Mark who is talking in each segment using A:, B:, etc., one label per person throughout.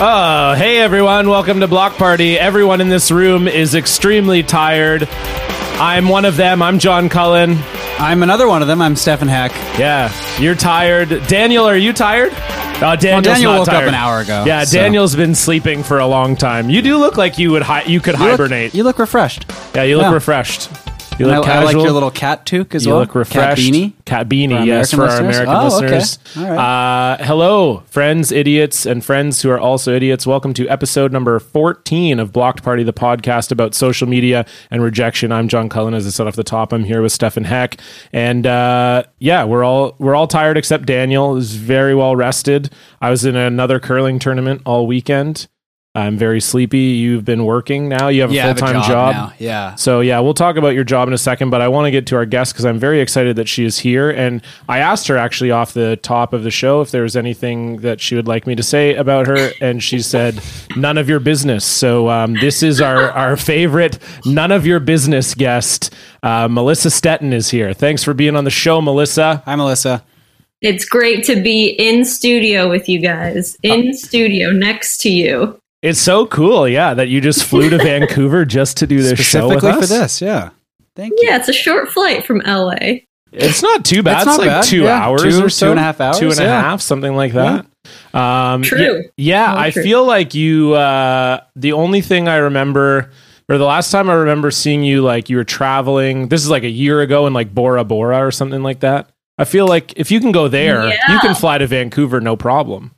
A: Uh, hey everyone, welcome to Block Party. Everyone in this room is extremely tired. I'm one of them. I'm John Cullen.
B: I'm another one of them. I'm Stefan Hack.
A: Yeah, you're tired. Daniel, are you tired? Uh, Daniel's
B: Daniel
A: not
B: woke up
A: tired.
B: an hour ago,
A: Yeah,
B: so-
A: Daniel's been sleeping for a long time. You do look like you would hi- you could
B: You look-
A: hibernate.
B: You look refreshed.
A: yeah, you look
B: yeah.
A: refreshed. You
B: And I,
A: look
B: I like
A: casual.
B: your little cat toque as
A: You
B: well.
A: look refreshed.
B: Cat beanie.
A: Cat beanie,
B: For our
A: yes,
B: American
A: for
B: listeners?
A: our
B: Oh,
A: American
B: okay.
A: listeners.
B: All right.
A: uh, hello, friends, idiots, and friends who are also idiots. Welcome to episode number 14 of Blocked Party, the podcast about social media and rejection. I'm John Cullen, as I said off the top. I'm here with Stefan Heck. And uh, yeah, we're all we're all tired except Daniel is very well rested. I was in another curling tournament all weekend. I'm very sleepy. You've been working now. You have a
B: Yeah, I
A: full
B: have a
A: time
B: job
A: job.
B: now. Yeah.
A: So yeah, we'll talk about your job in a second, but I want to get to our guest because I'm very excited that she is here. And I asked her actually off the top of the show if there was anything that she would like me to say about her, and she said, "None of your business." So um, this is our our favorite "None of your business" guest, uh, Melissa Stetton is here. Thanks for being on the show, Melissa.
B: Hi, Melissa.
C: It's great to be in studio with you guys,
B: Um,
C: in studio next to you.
A: It's so cool, yeah, that you just flew to Vancouver just to do this show with
B: Specifically for
A: us.
B: this. Yeah. Thank you.
C: Yeah, it's a short flight from LA.
A: It's not too bad. It's,
B: It's not
A: like
B: bad,
A: two
B: yeah.
A: hours
B: Two-
A: or so.
B: two and a half hours,
A: Two and a
B: yeah.
A: half, something like that. Um,
C: True.
A: Yeah, yeah
C: Oh,
A: I
C: true.
A: feel like you. Uh, the only thing I remember, or the last time I remember seeing you, like you were traveling. This is like a year ago in like Bora Bora or something like that. I feel like if you can go there, you
C: Yeah.
A: can fly to Vancouver, no problem.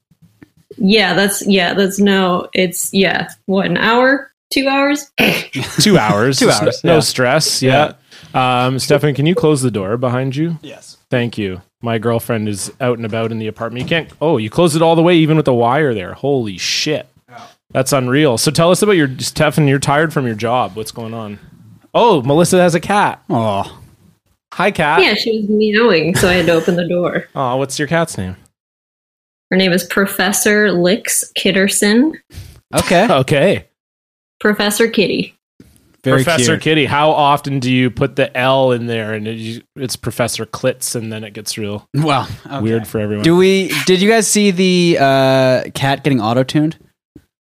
C: Yeah, that's yeah, that's no, it's yeah, what an hour, two hours.
B: Uh,
A: Two hours,
B: Two hours,
A: no
B: yeah.
A: stress. Yeah. Um, Stefan, can you close the door behind you?
B: Yes.
A: Thank you. My girlfriend is out and about in the apartment. You can't. Oh, you closed it all the way, even with the wire there. Holy shit. That's unreal. So tell us about your Stefan. You're tired from your job. What's going on? Oh, Melissa has a cat.
B: Oh.
A: Hi, cat.
C: Yeah, she was meowing, so I had to open the door.
A: Oh, what's your cat's name?
C: Her name is Professor Lix Kitterson.
B: Okay.
A: Okay,
C: Professor Kitty.
B: Very
A: Professor
B: cute.
A: Kitty. How often do you put the L in there, and it, you- it's Professor Klitz, and then it gets real
B: Well, okay.
A: weird for everyone.
B: Do we? Did you guys see the uh, cat getting auto tuned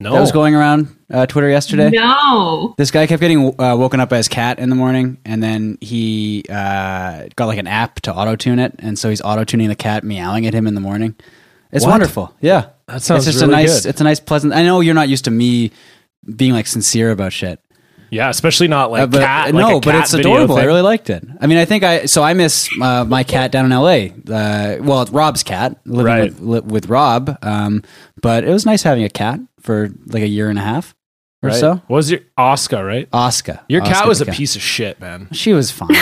A: no,
B: that was going around uh, Twitter yesterday?
C: No.
B: This guy kept getting uh, woken up by his cat in the morning, and then he uh, got like an app to auto tune it, and so he's auto tuning the cat meowing at him in the morning. It's
A: What? Uh,
B: wonderful. Yeah,
A: That sounds
B: It's just
A: really
B: a nice.
A: good.
B: It's a nice pleasant. I know you're not used to me being like sincere about shit,
A: yeah, especially not like
B: uh, but
A: cat.
B: no,
A: like a
B: but
A: cat
B: it's
A: video
B: adorable. I
A: thing.
B: really liked it. I mean, I think I so I miss uh, my cat down in L.A. Uh, well, it's Rob's cat living
A: Right.
B: with, li- with Rob, um, but it was nice having a cat for like a year and a half or
A: Right?
B: so.
A: What was your Oscar right?
B: Oscar,
A: Your cat
B: Oscar
A: was
B: the
A: a piece of shit, man.
B: She was fine.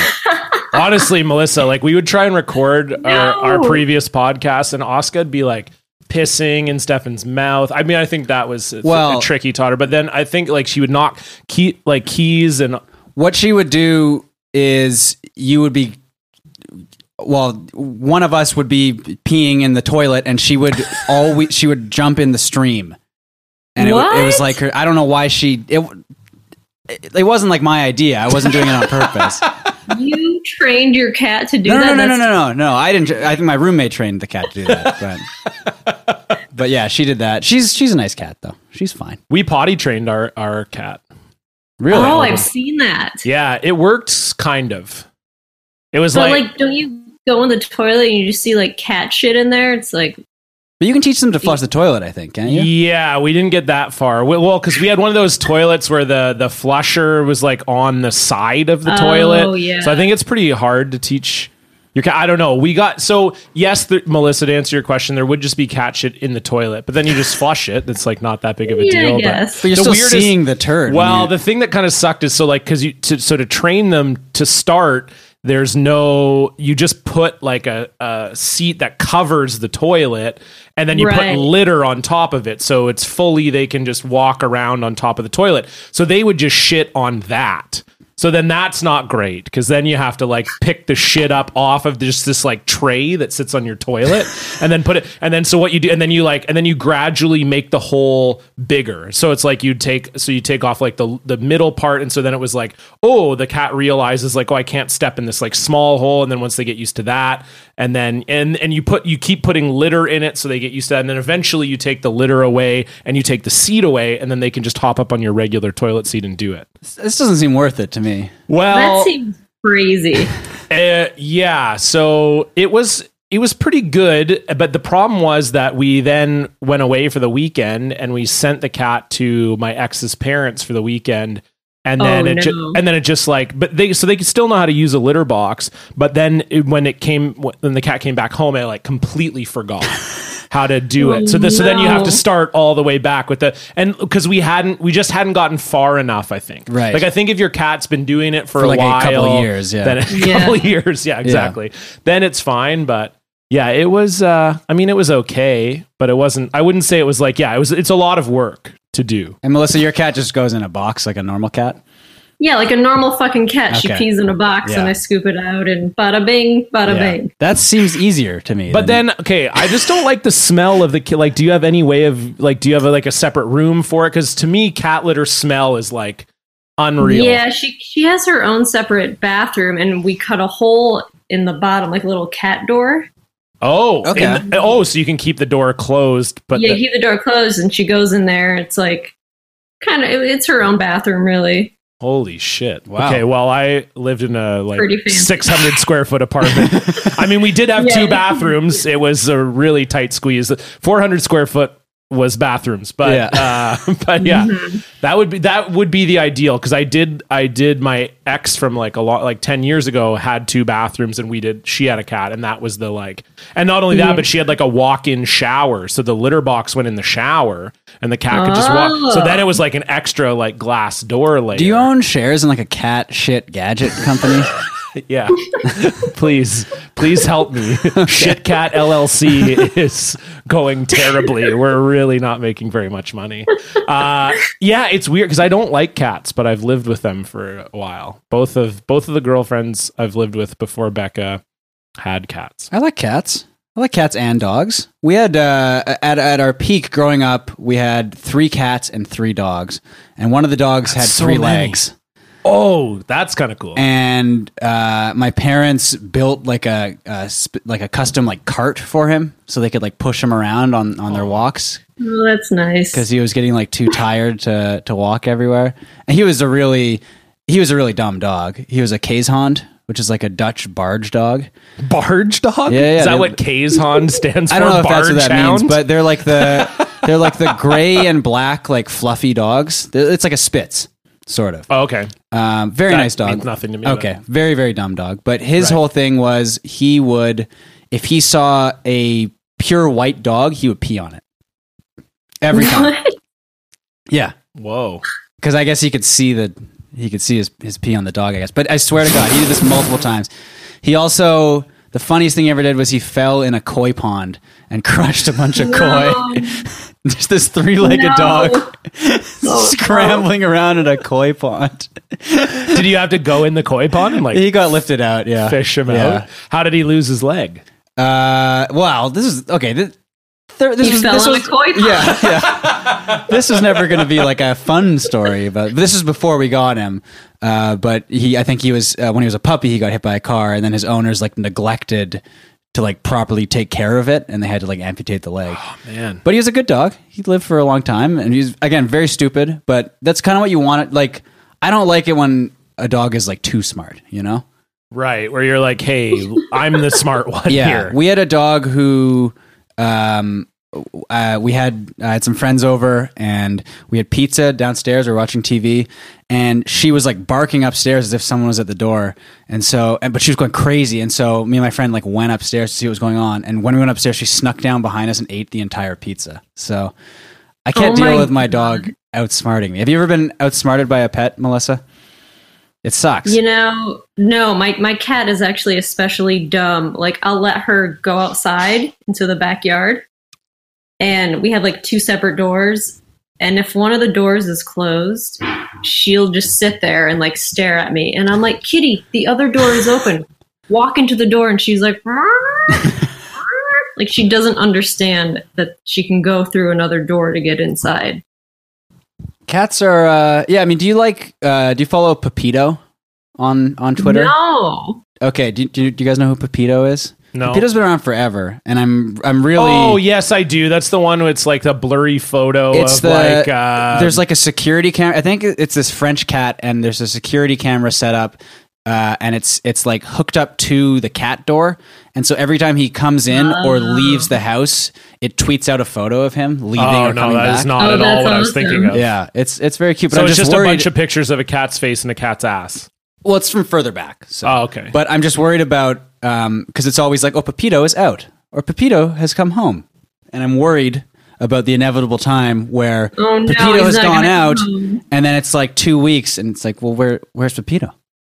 A: honestly, Melissa, like we would try and record our, our
C: No.
A: previous podcast, and Oscar would be like pissing in Stefan's mouth. I mean, I think that was a,
B: Well-
A: a tricky totter, but then I think like she would knock key like keys and
B: what she would do is you would be well one of us would be peeing in the toilet and she would always she would jump in the stream and it, wa- it was
C: What?
B: like her i don't know why she it w- it it wasn't like my idea. I wasn't doing it on purpose.
C: You trained your cat to do
B: No,
C: that?
B: no, no, no,
C: That's-
B: no, no, no. I didn't. I think my roommate trained the cat to do that. But, but yeah, she did that. She's she's a nice cat though. She's fine.
A: we potty trained our our cat.
B: Really?
C: Oh, I've seen that.
A: Yeah, it worked kind of. It was
C: But
A: like,
C: like don't you go in the toilet and you just see like cat shit in there? It's like
B: but you can teach them to flush the toilet. I think. Can't you?
A: yeah. we didn't get that far. We- well, because we had one of those toilets where the the flusher was like on the side of the
C: Oh,
A: toilet.
C: yeah.
A: So I think it's pretty hard to teach your cat. I don't know. We got so yes, there, Melissa. To answer your question, there would just be cat shit in the toilet, but then you just flush it. It's like not that big of a
C: yeah,
A: deal.
C: I
A: but-
C: guess.
B: But you're
A: The
B: still
A: weirdest-
B: seeing the turd. when
A: well,
B: you-
A: the thing that kind of sucked is so like because you to, so to train them to start, there's no you just put like a, a seat that covers the toilet, and then you
C: Right.
A: put litter on top of it, so it's fully they can just walk around on top of the toilet. So they would just shit on that. So then that's not great because then you have to like pick the shit up off of just this like tray that sits on your toilet and then put it and then so what you do and then you like and then you gradually make the hole bigger. So it's like you take so you take off like the the middle part and so then it was like oh the cat realizes like oh I can't step in this like small hole and then once they get used to that and then and and you put you keep putting litter in it so they get used to that and then eventually you take the litter away and you take the seat away and then they can just hop up on your regular toilet seat and do it
B: This doesn't seem worth it to me.
A: well
C: that seems crazy.
A: uh, yeah so it was it was pretty good but the problem was that we then went away for the weekend and we sent the cat to my ex's parents for the weekend and then
C: Oh,
A: it
C: no.
A: ju- and then it just like but they so they could still know how to use a litter box but then it, when it came when the cat came back home it like completely forgot how to do it so this so then you have
C: Oh, no.
A: to start all the way back with the and because we hadn't we just hadn't gotten far enough i think
B: Right.
A: like i think if your cat's been doing it for,
B: For
A: a
B: like
A: while
B: a couple years, yeah.
A: then a
C: Yeah.
A: couple years. Yeah, exactly. Then it's fine, but yeah, it was uh I mean it was okay, but it wasn't I wouldn't say it was like yeah, it was it's a lot of work to do.
B: And Melissa, your cat just goes in a box like a normal cat.
C: Yeah, like a normal fucking cat. She
B: Okay.
C: pees in a box and
B: Yeah.
C: I scoop it out and bada bing, bada bing.
B: That seems easier to me.
A: But
B: than-
A: then okay, I just don't like the smell of the ki- like do you have any way of like do you have a, like a separate room for it cuz to me cat litter smell is like unreal.
C: Yeah, she she has her own separate bathroom and we cut a hole in the bottom, like a little cat door.
A: Oh,
B: Okay.
A: and- oh, so you can keep the door closed, but
C: yeah,
A: the-
C: keep the door closed and she goes in there. It's like kind of it's her own bathroom really.
A: Holy shit.
B: Wow.
A: Okay, well I lived in a like
C: Pretty fancy.
A: 600 square foot apartment. I mean, we did have
C: Yeah.
A: two bathrooms. It was a really tight squeeze. 400 square foot was bathrooms, but uh but yeah.
C: Mm-hmm.
A: That would be that would be the ideal cuz I did I did my ex from like a lot like 10 years ago had two bathrooms and we did she had a cat and that was the like and not only that
C: Yeah.
A: but she had like a walk-in shower so the litter box went in the shower and the cat could just walk so
C: Oh.
A: then it was like an extra like glass door layer
B: do you own shares in like a cat shit gadget company?
A: Yeah. please, please help me. Shitcat LLC is going terribly. We're really not making very much money. Uh, yeah, it's weird because I don't like cats, but I've lived with them for a while. Both of both of the girlfriends I've lived with before Becca had cats.
B: I like cats. I like cats and dogs. We had uh, at at our peak growing up, we had three cats and three dogs, and one of the dogs
A: That's
B: had
A: so
B: three
A: many.
B: legs.
A: Oh, that's kind of cool.
B: And uh, my parents built like a, a sp- like a custom like cart for him, so they could like push him around on on their walks
C: Oh, that's nice.
B: because he was getting like too tired to to walk everywhere. And he was a really he was a really dumb dog. He was a Kayshound, which is like a Dutch barge dog.
A: barge dog?
B: Yeah, yeah,
A: is that
B: they-
A: what Kazon stands for?
B: I don't know if that's what
A: Barge
B: that
A: hound?
B: means, but they're like the they're like the gray and black like fluffy dogs. They're- It's like a Spitz sort of.
A: Oh, okay.
B: Um, very
A: That
B: nice dog.
A: means nothing to me,
B: Okay, very very dumb dog. But his whole thing was he would if he saw a pure white dog, he would pee on it every time.
C: What?
B: yeah,
A: Whoa.
B: because I guess he could see the he could see his, his pee on the dog. I guess, but I swear to God, he did this multiple times. He also the funniest thing he ever did was he fell in a koi pond and crushed a bunch of
C: No.
B: koi. Just this three legged
C: Oh, No. Oh,
B: dog scrambling around in a koi pond.
A: Did you have to go in the koi pond and like
B: He got lifted out. Yeah,
A: fish him
B: yeah.
A: out? How did he lose his leg?
B: Uh, wow, this is okay. This, there, this
C: He
B: was,
C: fell
B: this
C: in
B: was,
C: a koi pond.
B: Yeah, yeah. this is never going to be like a fun story, but this is before we got him. Uh, but he, I think he was uh, when he was a puppy, he got hit by a car, and then his owners like neglected to like properly take care of it, and they had to like amputate the leg.
A: Man.
B: But he was a good dog. He lived for a long time, and he's again very stupid. But that's kind of what you want. Like, I don't like it when a dog is like too smart. You know.
A: Right, where you're like, hey, I'm the smart one
B: yeah,
A: here.
B: we had a dog who um, uh, we had I had some friends over and we had pizza downstairs. We were watching TV, and she was like barking upstairs as if someone was at the door. And so, and, but she was going crazy. And so, me and my friend like went upstairs to see what was going on. And when we went upstairs, she snuck down behind us and ate the entire pizza. So, I can't
C: Oh
B: deal
C: my
B: with my dog outsmarting me. Have you ever been outsmarted by a pet, Melissa? It sucks.
C: You know, no, my, my cat is actually especially dumb. Like, I'll let her go outside into the backyard, and we have like two separate doors. And if one of the doors is closed, she'll just sit there and like stare at me. And I'm like, Kitty, the other door is open. Walk into the door, and she's like, like she doesn't understand that she can go through another door to get inside.
B: Cats are uh yeah, I mean, do you like uh do you follow Pepito on on Twitter?
C: No.
B: Okay, do, do, do you guys know who Pepito is?
A: No.
B: Peter's been around forever, and I'm I'm really.
A: Oh yes, I do. That's the one. Where it's like the blurry photo
B: It's
A: of
B: the
A: like uh,
B: there's like a security camera. I think it's this French cat, and there's a security camera set up, uh, and it's it's like hooked up to the cat door, and so every time he comes in or leaves the house, it tweets out a photo of him leaving
A: oh
B: or
A: no,
B: coming
A: that is
B: back.
A: not at
C: Oh,
A: all
C: that's
A: what I was
C: awesome.
A: thinking of.
B: yeah, it's it's very cute. But
A: So
B: I'm
A: it's
B: just
A: just
B: worried.
A: a bunch of pictures of a cat's face and a cat's ass.
B: well, it's from further back. So.
A: Oh, okay.
B: But I'm just worried about because it's always like, oh, Pepito is out or Pepito has come home, and I'm worried about the inevitable time where
C: Oh, no,
B: Pepito
C: he's
B: has
C: not
B: gone
C: gonna
B: out,
C: come home.
B: and then it's like two weeks, and it's like, well, where where's Pepito?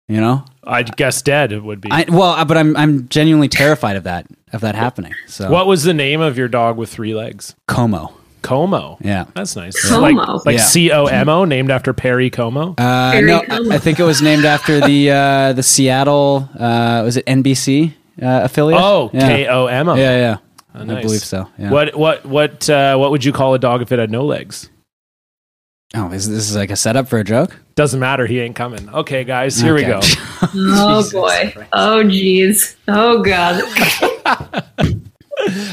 B: You know,
A: I guess dead it would be.
B: I, well, uh, but I'm I'm genuinely terrified of that of that happening. So
A: what was the name of your dog with three legs?
B: Como?
A: Como.
B: Yeah.
A: That's nice.
C: Como.
A: Like, like
B: Yeah.
A: C O M O, named after Perry Como.
B: Uh,
C: Very
B: no,
C: Como.
B: I, I think it was named after the uh, the Seattle uh, was it NBC uh, affiliate?
A: oh,
B: yeah.
A: K O M O.
B: yeah, yeah. I
A: nice.
B: believe so. Yeah.
A: What what what uh, what would you call a dog if it had no legs?
B: Oh, is this is like a setup for a joke?
A: Doesn't matter. He ain't coming. Okay, guys, here we go.
B: Okay.
C: Oh
B: Jesus
C: boy.
B: Christ.
C: Oh jeez. Oh god.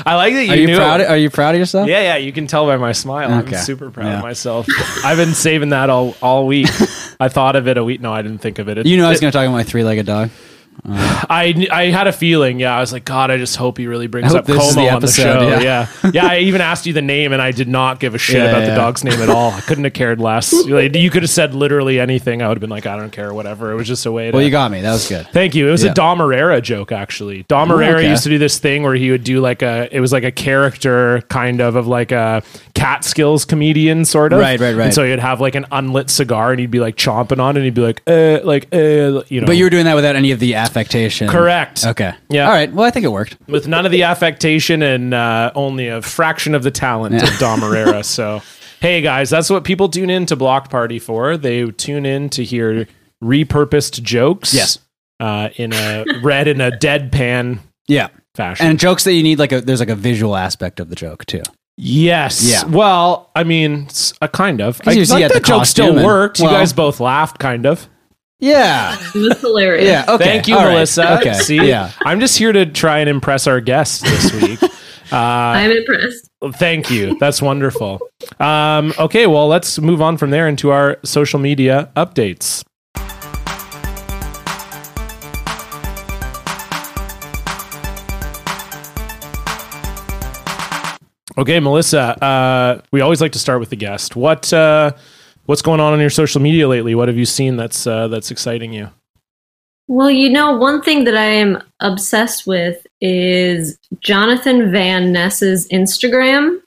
A: I like that you
B: Are you
A: knew.
B: proud? Are you proud of yourself?
A: Yeah, yeah, you can tell by my smile.
B: Okay.
A: I'm super proud
B: Yeah.
A: of myself. I've been saving that all all week. I thought of it a week. No, I didn't think of it. It-
B: You know, I was
A: it-
B: going to talk about my three-legged dog.
A: I kn- I had a feeling. Yeah, I was like, God, I just hope he really brings
B: hope
A: up
B: this is
A: Como
B: the
A: on the
B: episode,
A: show.
B: yeah.
A: Yeah. yeah, I even asked you the name, and I did not give a shit
B: Yeah,
A: about
B: yeah.
A: the dog's name at all. I couldn't have cared less. Like, you could have said literally anything. I would have been like, I don't care, whatever. It was just a way. To,
B: Well, you got me. That was good.
A: Thank you. It was
B: Yeah.
A: a Dom Herrera joke, actually. Dom
B: Oh,
A: Herrera
B: okay.
A: used to do this thing where he would do like a, it was like a character kind of of like a Catskills comedian sort of.
B: Right, right, right.
A: And so he'd have like an unlit cigar and he'd be like chomping on it and he'd be like, uh, like, uh, you know.
B: But you were doing that without any of the affectation.
A: correct.
B: Okay.
A: Yeah.
B: All right. Well, I think it worked.
A: With none of the affectation and uh, only a fraction of the talent of Dom Herrera. So, hey guys, that's what people tune in to Block Party for. They tune in to hear repurposed jokes.
B: Yes.
A: Uh, in a read in a deadpan
B: Yeah.
A: fashion.
B: And jokes that you need like a there's like a visual aspect of the joke too.
A: yes.
B: Yeah.
A: Well, I mean, s- a kind of. I
B: you
A: like
B: see at
A: that
B: the
A: joke
B: costume
A: still
B: and-
A: worked.
B: well-
A: you guys both laughed, kind of.
B: Yeah.
C: It was hilarious.
B: Yeah. Okay.
A: Thank you,
B: All right.
A: Melissa.
B: Okay.
A: See,
B: Yeah.
A: I'm just here to try and impress our guests this week.
C: I'm impressed.
A: Thank you. That's wonderful. Um, okay, well, let's move on from there into our social media updates. Okay, Melissa. Uh, we always like to start with the guest. What uh, what's going on on your social media lately? What have you seen that's uh, that's exciting you?
C: Well, you know, one thing that I am obsessed with is Jonathan Van Ness's Instagram.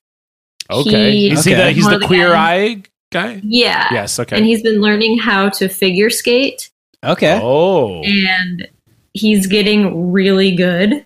A: Okay,
C: He-
A: he's, he
B: Okay.
A: the, he's
C: One
A: the
C: of the
A: queer
C: guys.
A: eye guy.
C: Yeah.
A: Yes. Okay.
C: And he's been learning how to figure skate
B: Okay.
A: oh,
C: and he's getting really good.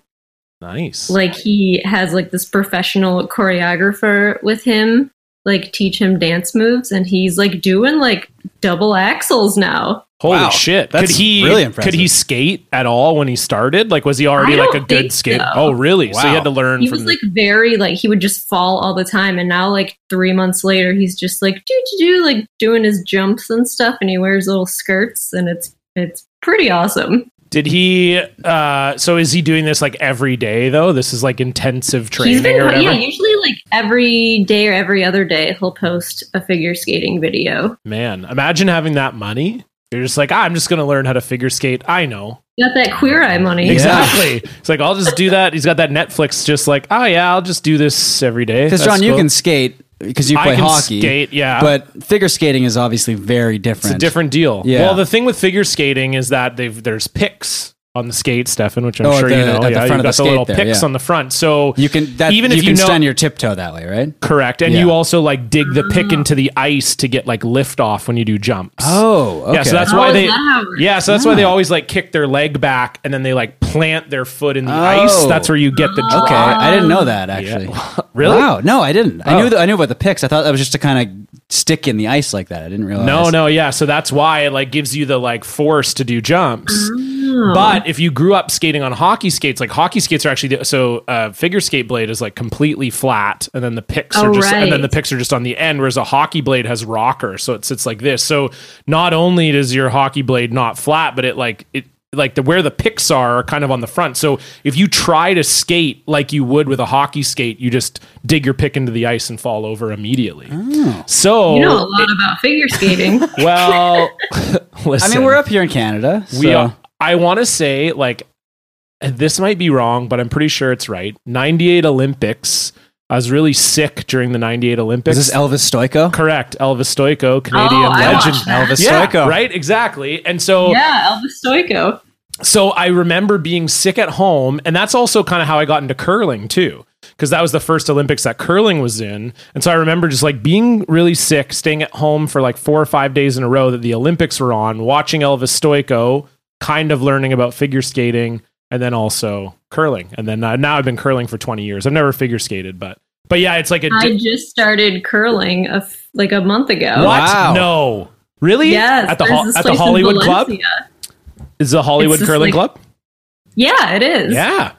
A: nice.
C: Like he has like this professional choreographer with him like teach him dance moves and he's like doing like double axles now.
A: Holy
B: Wow,
A: shit!
B: that's
A: could he
B: really impressive.
A: Could he skate at all when he started? Like, was he already
C: I
A: like a
C: don't
A: good
C: think
A: skater?
C: so.
A: Oh, really? So
B: Wow.
A: he had to learn
C: He
A: from.
C: was
A: the-
C: like very like he would just fall all the time and now like 3 months later he's just like do do do like doing his jumps and stuff and he wears little skirts and it's it's pretty awesome.
A: did he? uh So is he doing this like every day though? This is like intensive
C: He's
A: training
C: been
A: or whatever.
C: yeah, usually like every day or every other day he'll post a figure skating video.
A: Man, imagine having that money. You're just like, ah, I'm just gonna learn how to figure skate. I know
C: Got that queer eye money.
B: Yeah.
A: exactly. It's like I'll just do that. He's got that Netflix. Just like, oh yeah, I'll just do this every day.
B: Because
A: That's
B: John, you
A: cool.
B: can skate because you
A: I
B: play
A: can
B: hockey.
A: skate, yeah.
B: But figure skating is obviously very different.
A: It's a different deal.
B: Yeah.
A: Well, the thing with figure skating is that they've there's picks on the skate, Stefan, which I'm
B: Oh, at
A: sure
B: the-
A: you
B: at
A: know.
B: the
A: Yeah,
B: front of
A: you've
B: the
A: got the
B: skate
A: little
B: there,
A: picks
B: yeah.
A: on the front. So
B: You can that
A: even
B: you
A: if
B: can
A: you know
B: stand your tiptoe that way, right?
A: correct, and
B: Yeah.
A: you also like dig the pick into the ice to get like lift off when you do jumps.
B: Oh, okay.
A: Yeah, so that's
C: How
A: why
C: is
A: they.
C: that how it works?
A: Yeah, so that's why they always like kick their leg back and then they like plant their foot in the
B: Oh.
A: ice. That's where you get the drop.
B: Okay, I didn't know that actually.
A: Um, Really?
B: Wow, no, I didn't. I
A: Oh.
B: knew the, I knew about the picks. I thought that was just to kind of stick in the ice like that. I didn't realize.
A: No, Oh, no, yeah. So that's why it like gives you the like force to do jumps.
C: Oh.
A: But if you grew up skating on hockey skates, like hockey skates are actually the, so uh, figure skate blade is like completely flat, and then the picks are
C: Oh,
A: just and then
C: right.
A: the picks are just on the end, whereas a hockey blade has rocker, so it sits like this. So not only does your hockey blade not flat, but it like it like the where the picks are are kind of on the front. So if you try to skate like you would with a hockey skate, you just dig your pick into the ice and fall over immediately. So
C: Oh. You know
A: Oh.
C: a lot about figure skating.
A: well,
B: I
A: listen,
B: mean, we're up here in Canada. So.
A: we are. I want to say like this might be wrong, but I'm pretty sure it's right. 98 Olympics. I was really sick during the 98 Olympics.
B: Is this Elvis Stoiko?
A: Correct. Elvis Stoiko, Canadian
C: Oh, I
A: legend.
C: watched that.
B: Elvis
A: Yeah,
B: Stoiko.
A: right, exactly. And so
C: yeah, Elvis Stoiko.
A: so I remember being sick at home, and that's also kind of how I got into curling too, because that was the first Olympics that curling was in. And so I remember just like being really sick, staying at home for like four or five days in a row that the Olympics were on, watching Elvis Stoiko, kind of learning about figure skating, and then also curling. And then uh, now I've been curling for 20 years. I've never figure skated, but but yeah, it's like a
C: I just started curling a f- like a month ago.
A: what?
B: Wow.
A: No, really?
C: Yes,
A: at the
C: there's
A: Hol-
C: this
A: at the
C: place in
A: Hollywood Club
C: Valencia.
A: is the Hollywood
C: It's just
A: Curling
C: like-
A: Club.
C: Yeah, it is.
A: Yeah,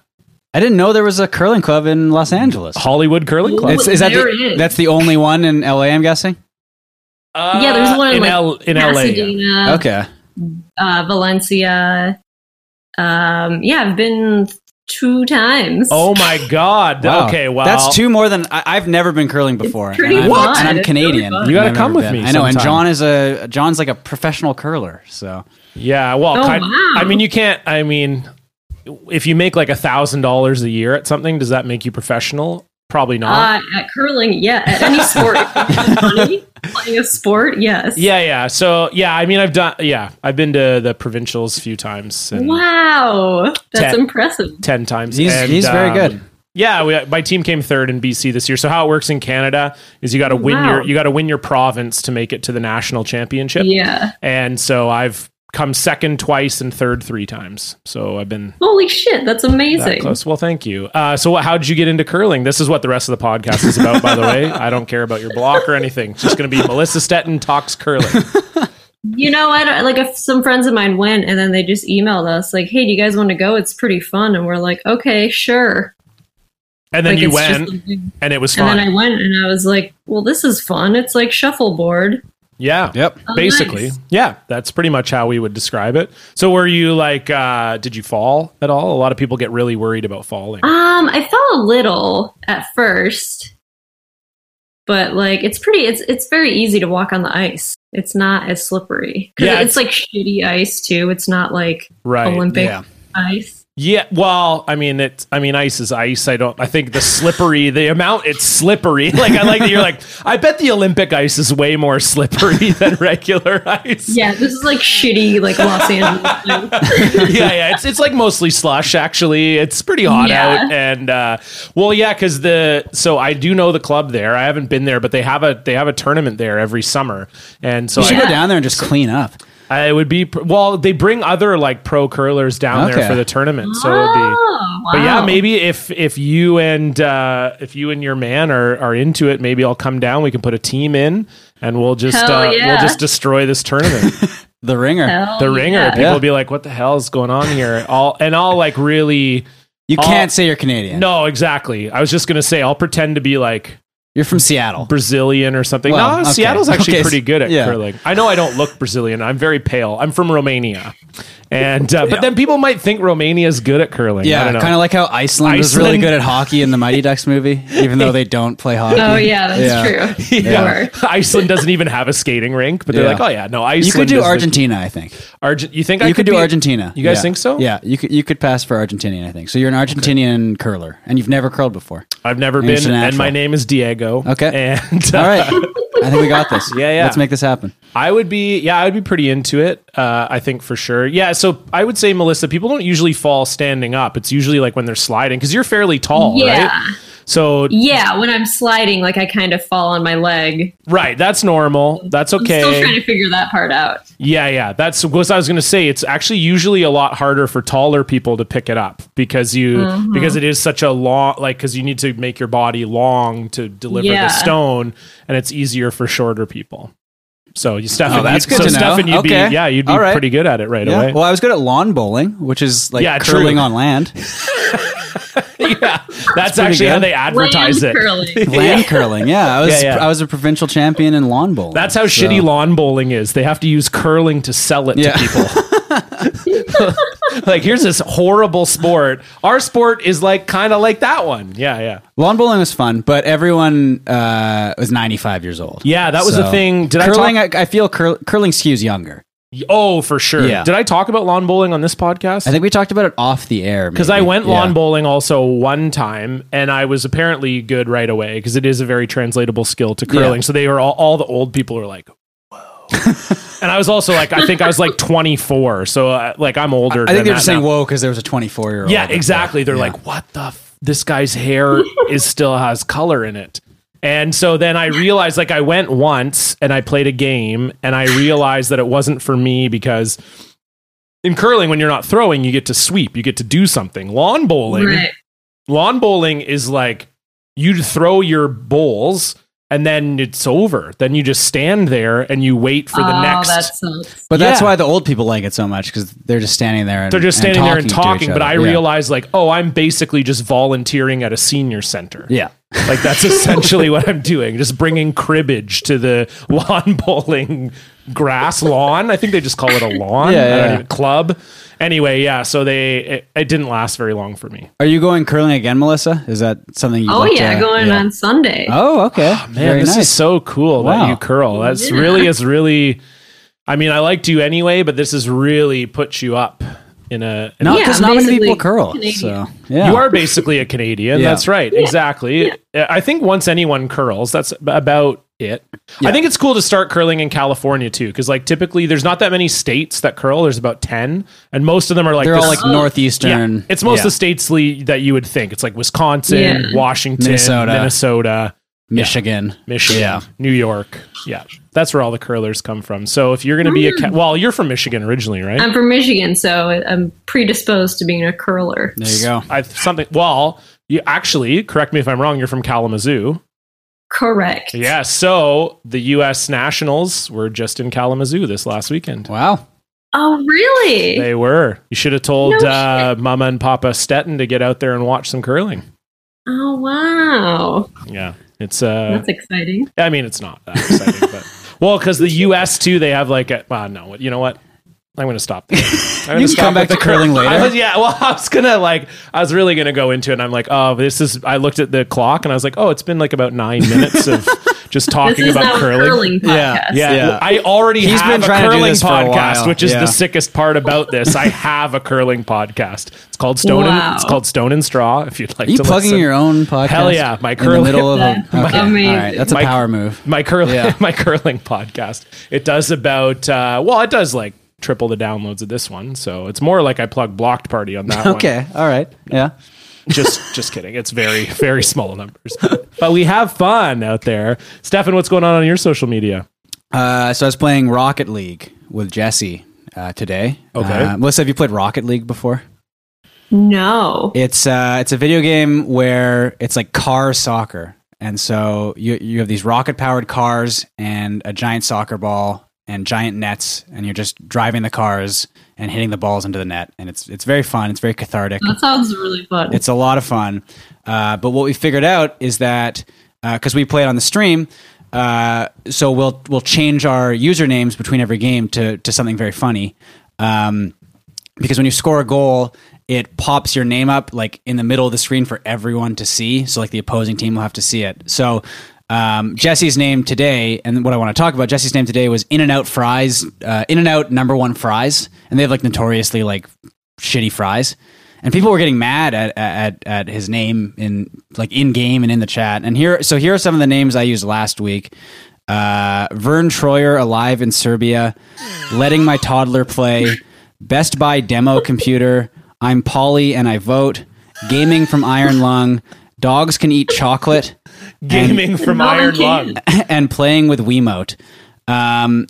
B: I didn't know there was a curling club in Los Angeles.
A: Hollywood Curling Club.
B: It's, is that
C: There
B: the,
C: it is.
B: That's the only one in LA, I'm guessing?
A: Uh,
C: Yeah, there's one in,
A: in,
C: like,
A: L- in LA.
C: Pasadena,
A: yeah.
B: okay.
C: uh, Valencia. Um, yeah, I've been two times.
A: Oh my God!
B: Wow.
A: Okay, well,
B: That's two more than I, I've never been curling before.
C: pretty
B: and I'm,
C: What?
B: And I'm
C: It's really
B: Canadian.
C: fun.
B: and
A: You gotta
B: I've
A: come
B: never
A: with
B: been.
A: me
B: I know. And
A: sometime.
B: John is a John's like a professional curler. So
A: Yeah, well,
C: Oh,
A: kind-
C: wow.
A: I mean, you can't. I mean, if you make like a thousand dollars a year at something, does that make you professional? Probably not.
C: Uh, at curling, yeah. At any sport, if you have money, playing a sport, yes.
A: yeah, yeah. So yeah, I mean, I've done. Yeah, I've been to the provincials a few times and
C: Wow, that's
A: Ten.
C: impressive.
A: ten times.
B: he's
A: and,
B: he's very
A: um,
B: good.
A: Yeah, we, my team came third in BC this year. So how it works in Canada is you got to win
C: Oh, wow.
A: your you got to win your province to make it to the national championship.
C: Yeah.
A: And so I've come second twice and third three times. So I've been
C: Holy shit, that's
A: that
C: amazing.
A: close. Well, thank you. Uh, so, what, how did you get into curling? This is what the rest of the podcast is about, by the way. I don't care about your block or anything. It's just going to be Melissa Stetton talks curling.
C: You know, I don't, like if some friends of mine went and then they just emailed us like, "Hey, do you guys want to go? It's pretty fun." And we're like, "Okay, sure."
A: And then
C: like,
A: you
C: it's just
A: went,
C: something-
A: and it was
C: and
A: fun.
C: then I went and I was like, "Well, this is fun. It's like shuffleboard."
A: yeah.
B: Yep.
C: Oh,
A: Basically,
C: nice.
A: yeah, that's pretty much how we would describe it. So, were you like, uh, did you fall at all? A lot of people get really worried about falling.
C: Um, I fell a little at first, but like it's pretty. It's it's very easy to walk on the ice. It's not as slippery. 'Cause
A: Yeah,
C: it's, like shitty ice too. It's not like
A: Right.
C: Olympic
B: yeah.
C: ice.
A: Yeah, well, I mean it's I mean ice is ice. I don't I think the slippery the amount it's slippery. Like I like that you're like, I bet the Olympic ice is way more slippery than regular ice.
C: Yeah, this is like shitty like Los Angeles. Like,
A: yeah, yeah. It's it's like mostly slush. Actually, it's pretty hot
C: Yeah.
A: out, and uh, well, yeah, because the so I do know the club there. I haven't been there, but they have a they have a tournament there every summer, and so
B: You should
A: I,
B: go down there and just clean up.
A: I would be pr- well. They bring other like pro curlers down there
B: Okay.
A: for the tournament, so it
B: Ah.
A: would be.
C: Oh, wow.
A: But yeah, maybe if if you and uh, if you and your man are are into it, maybe I'll come down. We can put a team in, and we'll just
C: Hell
A: uh,
C: yeah.
A: we'll just destroy this tournament.
B: The ringer.
C: Hell
A: the ringer.
C: yeah.
A: People
B: Yeah.
A: will be like, "What the hell is going on here?" All and I'll like really.
B: You
A: I'll-
B: can't say you're Canadian.
A: Oh. No, exactly. I was just gonna say I'll pretend to be like
B: You're from Seattle.
A: Brazilian or something.
B: Well,
A: no,
B: okay.
A: Seattle's actually
B: Okay,
A: pretty good at
B: yeah.
A: curling. I know I don't look Brazilian. I'm very pale. I'm from Romania, and uh, but then people might think Romania's good at curling. I
B: Yeah,
A: don't know.
B: kind of like how Iceland, was really
A: Iceland-
B: good at hockey in the Mighty Ducks movie, even though they don't play hockey.
C: Oh yeah, that's true.
A: Yeah.
C: Sure.
A: Iceland doesn't even have a skating rink, but they're
B: Yeah.
A: like, oh yeah, no, Iceland.
B: You could
A: is
B: do
A: the-
B: Argentina, I think.
A: Argent- you think I
B: you could, do
A: be-
B: Argentina.
A: You guys
B: Yeah.
A: think so?
B: Yeah, you could you could pass for Argentinian, I think. So you're an Argentinian curler, and you've never curled before.
A: I've never
B: It's
A: been,
B: a
A: and my
B: natural.
A: name is Diego.
B: Okay.
A: and uh,
B: All right, I think we got this.
A: Yeah, yeah.
B: Let's make this happen.
A: I would be, yeah, I would be pretty into it. Uh, I think for sure. Yeah. So I would say, Melissa, people don't usually fall standing up. It's usually like when they're sliding because you're fairly tall,
C: Yeah.
A: right? So
C: Yeah, when I'm sliding, like I kind of fall on my leg.
A: right, that's normal. That's okay.
C: I'm still trying to figure that part out.
A: Yeah, yeah. That's what I was going to say. It's actually usually a lot harder for taller people to pick it up because you
C: Mm-hmm.
A: because it is such a long like because you need to make your body long to deliver
C: Yeah.
A: the stone, and it's easier for shorter people. So you Stefan,
B: Oh, that's
A: you'd-
B: good
A: so
B: to know.
A: Stefan, you'd
B: Okay.
A: be yeah, you'd be
B: All right.
A: pretty good at it right
B: Yeah.
A: away.
B: Well, I was good at lawn bowling, which is like
A: Yeah, true.
B: curling on land,
A: yeah, that's
B: pretty
A: actually how
B: good.
A: they advertise
C: Land
A: it.
C: curling.
B: land curling. Yeah, I was
A: Yeah, yeah.
B: I was a provincial champion in lawn bowling.
A: That's how
B: so-
A: shitty lawn bowling is. They have to use curling to sell it
B: Yeah.
A: to people. like here's this horrible sport. Our sport is like kind of like that one. Yeah, yeah,
B: Lawn bowling was fun, but everyone uh, was 95 years old.
A: yeah. That was
B: So-
A: the thing. Did
B: curling,
A: I
B: I, I feel curl, curling skews younger.
A: talk? Oh, for sure.
B: Yeah.
A: Did I talk about lawn bowling on this podcast?
B: I think we talked about it off the air
A: because I
B: maybe.
A: went lawn
B: Yeah.
A: bowling also one time, and I was apparently good right away because it is a very translatable skill to curling. So they were all, all the old people were like, "Whoa!" and I was also like, I think I was like 24, so uh, like I'm older.
B: I think
A: than
B: they're
A: that
B: just
A: now.
B: saying whoa because there was a 24 year old.
A: Yeah, exactly. They're like, what the? F- this guy's hair is still has color in it. And so then I realized, like, I went once and I played a game, and I realized that it wasn't for me because in curling, when you're not throwing, you get to sweep, you get to do something. Lawn bowling,
C: Right.
A: lawn bowling is like you throw your bowls and then it's over. Then you just stand there and you wait for the
C: oh,
A: next.
C: that sucks.
B: But that's
A: Yeah.
B: why the old people like it so much because they're just standing there. And,
A: they're just standing there and
B: to each
A: talking, but
B: other.
A: I
B: Yeah.
A: realized like, oh, I'm basically just volunteering at a senior center.
B: Yeah.
A: Like that's essentially what I'm doing, just bringing cribbage to the lawn bowling grass lawn. I think they just call it a lawn,
B: Yeah,
A: I don't
B: yeah.
A: even- club. Anyway, yeah. So they it, it didn't last very long for me.
B: Are you going curling again, Melissa? Is that something you
C: Oh
B: like
C: yeah,
B: to-
C: going
B: uh, yeah.
C: on Sunday.
B: Oh, okay.
A: Man,
B: Very
A: this
B: nice.
A: is so cool that
B: Wow.
A: you curl. That's
C: Yeah.
A: really is really. I mean, I liked you anyway, but this has really put you up in a. in a-
B: no,
C: Yeah,
B: because not many
C: basically
B: people curl.
C: Canadian.
B: So, yeah.
A: You are basically a Canadian.
B: Yeah.
A: That's right. Exactly. I think once anyone curls, that's about it. I
B: Yeah.
A: think it's cool to start curling in California too, because like typically there's not that many states that curl. There's about ten, and most of them are like
B: They're
A: the
B: all like
C: Oh.
A: s- yeah,
B: northeastern.
A: it's most
B: yeah,
A: of the states le- that you would think. It's like Wisconsin,
C: Yeah.
A: Washington,
B: Minnesota.
A: Minnesota,
B: Michigan.
A: Michigan,
B: Yeah.
A: New York. Yeah, that's where all the curlers come from. So if you're going to be a ca- well, you're from Michigan originally, right?
C: Mm. I'm from Michigan, so I'm predisposed to being a curler.
B: There you go.
A: I something. Well, you actually correct me if I'm wrong. You're from Kalamazoo.
C: Correct.
A: Yeah, so the U.S. Nationals were just in Kalamazoo this last weekend.
B: Wow.
C: Oh, really?
A: They were. You should have told
C: No
A: uh, Mama and Papa Stetton to get out there and watch some curling.
C: oh, wow.
A: Yeah, it's. Uh,
C: That's exciting.
A: I mean, it's not that exciting, but well, because the U.S. too, they have like a. Well, no, you know what? I'm going to stop. there. I'm
B: You
A: gonna
B: can
A: stop
B: come back
A: with
B: to curling
A: cur- I
B: later.
A: was, yeah, well, I was gonna like, I was really gonna go into it. and I'm like, oh, this is. I looked at the clock and I was like, oh, it's been like about nine minutes of just
C: This
A: talking
C: is
A: about
C: now a curling,
B: Yeah,
C: podcast.
A: Yeah,
B: Yeah.
A: well, I already
B: He's
A: have
B: been
A: a
B: trying to do
A: curling
B: this for a
A: podcast,
B: while.
A: which is
B: Yeah.
A: the sickest part about this. I have a curling podcast. It's called Stone.
C: Wow.
A: And, it's called Stone and Straw. If you'd like
B: Are you
A: to
B: plugging
A: listen.
B: your own podcast?
A: Hell yeah, my
B: In
A: curling-
B: the middle of a, okay.
C: Amazing.
B: All right, that's a
A: My-
B: power move.
A: my curling
B: Yeah.
A: my curling podcast. It does about uh, well, it does like triple the downloads of this one, so it's more like I plug Blocked Party on that. one.
B: Okay. All right. Yeah.
A: just just kidding. It's very very small numbers, but we have fun out there. Stefan, what's going on on your social media?
B: Uh, so I was playing Rocket League with Jesse uh, today.
A: Okay.
B: Uh, Melissa, have you played Rocket League before?
C: No.
B: It's uh, it's a video game where it's like car soccer, and so you you have these rocket powered cars and a giant soccer ball and giant nets, and you're just driving the cars and hitting the balls into the net, and it's it's very fun. It's very cathartic.
C: That sounds really fun.
B: It's a lot of fun. Uh, but what we figured out is that because we play it on the stream, uh, so we'll we'll change our usernames between every game to to something very funny. Um, because when you score a goal, it pops your name up like in the middle of the screen for everyone to see. So like the opposing team will have to see it. So. Um, Jesse's name today, and what I want to talk about. Jesse's name today was In and Out Fries, uh, In and Out Number One Fries, and they have like notoriously like shitty fries. And people were getting mad at, at, at his name in like in game and in the chat. And here, so here are some of the names I used last week: uh, Vern Troyer, alive in Serbia, letting my toddler play, Best Buy demo computer, I'm Polly and I vote, gaming from Iron Lung, dogs can eat chocolate,
A: Gaming from
C: Not
A: Iron
C: okay.
A: Lung.
B: and playing with Wiimote. Um,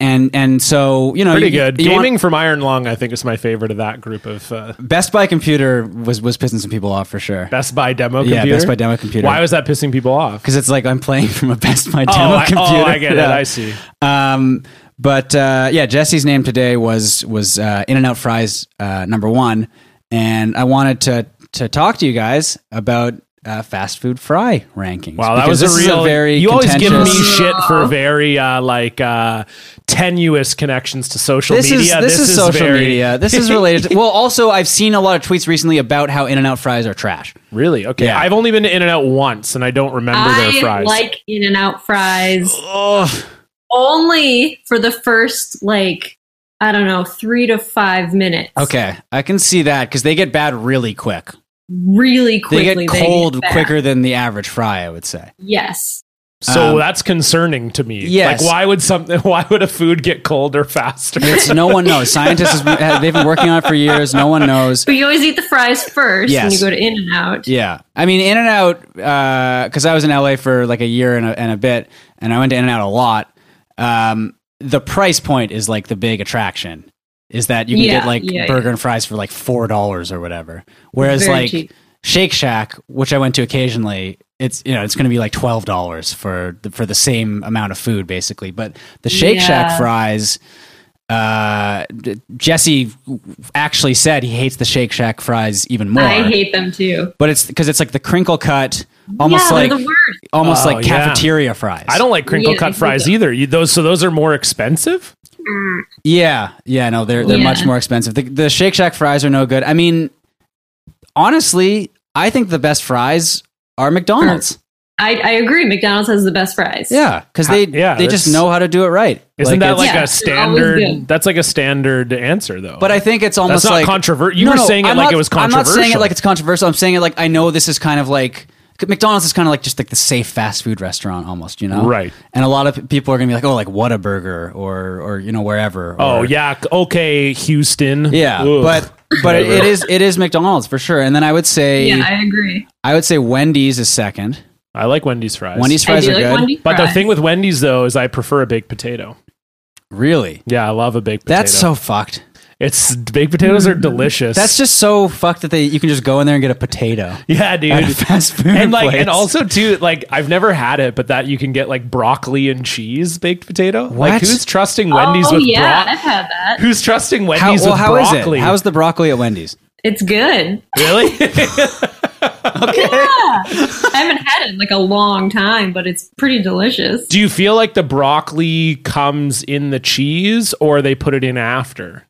B: and and so you know,
A: Pretty
B: you-
A: good.
B: you want-
A: Gaming from Iron Lung, I think, is my favorite of that group of uh,
B: Best Buy computer was was pissing some people off for sure.
A: Best Buy demo
B: Yeah,
A: computer.
B: Best Buy demo computer.
A: Why was that pissing people off?
B: because it's like I'm playing from a Best Buy
A: Oh,
B: demo
A: I- oh,
B: computer.
A: I get it. I see.
B: Um, but uh, yeah, Jesse's name today was was uh, In and Out Fries uh, number one, and I wanted to to talk to you guys about uh, fast food fry rankings.
A: Wow, that
B: because
A: was a
B: this is
A: real.
B: very
A: you always give me
B: contentious-
A: shit for very uh, like uh, tenuous connections to social
B: This is
A: media.
B: this, is, social
A: very-
B: media. This is related. To, well, also I've seen a lot of tweets recently about how In-N-Out fries are trash.
A: Really? Okay.
B: Yeah.
A: I've only been to In and Out once, and I don't remember their
C: I
A: fries.
C: like In and Out fries
B: Ugh.
C: only for the first like I don't know three to five minutes.
B: Okay, I can see that because they get bad really quick.
C: really
B: They
C: quickly
B: get cold
C: bad.
B: quicker than the average fry, I would say.
C: Yes,
A: so
B: um,
A: that's concerning to me.
B: Yes.
A: Like, why would something? Why would a food get colder faster?
B: It's no one knows. Scientists has been, have- they've been working on it for years. No one knows.
C: but you always eat the fries first, and
B: Yes.
C: you go to In and Out.
B: Yeah, I mean In and Out because I was in LA for like a year and a, and a bit, and I went to In and Out a lot. Um, the price point is like the big attraction. Is that you can
C: Yeah,
B: get like
C: yeah,
B: burger and fries for like four dollars or whatever, whereas
C: Very
B: like
C: cheap.
B: Shake Shack, which I went to occasionally, it's you know it's going to be like twelve dollars for the, for the same amount of food basically. But the Shake Shack
C: Yeah.
B: fries, uh, d- Jesse actually said he hates the Shake Shack fries even more.
C: I hate them too.
B: but it's because it's like the crinkle cut, almost
C: yeah,
B: like
C: they're the worst.
B: almost
A: Oh,
B: like
A: yeah.
B: cafeteria fries.
A: I don't like crinkle
C: Yeah, I
A: cut
C: hate
A: fries
C: them.
A: either. You, those so those are more expensive.
B: Yeah, yeah, no, they're they're
C: Yeah.
B: much more expensive. The, the Shake Shack fries are no good. I mean, honestly, I think the best fries are McDonald's.
C: I, I agree. McDonald's has the best fries.
B: Yeah, because they
A: Yeah,
B: they just
A: that's-
B: know how to do it right.
A: Isn't that
B: it's-
A: like
C: Yeah,
A: a
C: they're always
A: standard?
C: good.
A: That's like a standard answer, though.
B: But I think it's almost
A: not
B: like
A: controver- you were saying it
B: I'm
A: like
B: not-
A: it was
B: I'm not saying it
A: controversial.
B: like it's controversial. I'm saying it like I know this is kind of like McDonald's is kind of like just like the safe fast food restaurant almost, you know?
A: Right.
B: And a lot of p- people are gonna be like, oh, like Whataburger or or you know wherever. or-
A: oh yeah, c- okay, Houston.
B: yeah.
A: Ugh.
B: But but it, it is it is McDonald's for sure. And then I would say
C: yeah, I agree.
B: I would say Wendy's is second.
A: I like Wendy's fries.
B: Wendy's
C: I
B: fries
C: do
B: are
C: like
B: good.
C: Wendy's
A: But the
C: fries.
A: thing with Wendy's though is I prefer a baked potato.
B: Really.
A: Yeah, I love a baked potato.
B: That's so fucked.
A: it's baked potatoes are delicious.
B: That's just so fucked that they you can just go in there and get a potato
A: yeah,
B: at a
A: dude.
B: fast food
A: And like
B: place.
A: and also too like I've never had it, but that you can get like broccoli and cheese baked potato.
B: What?
A: Like who's trusting Wendy's
C: oh
A: with
C: yeah,
A: broccoli?
C: I've had that.
A: Who's trusting Wendy's
B: how, well,
A: with
B: how is
A: broccoli?
B: it? How's the broccoli at Wendy's?
C: It's good.
A: really?
C: I haven't had it in like a long time, but it's pretty delicious.
A: Do you feel like the broccoli comes in the cheese or they put it in after?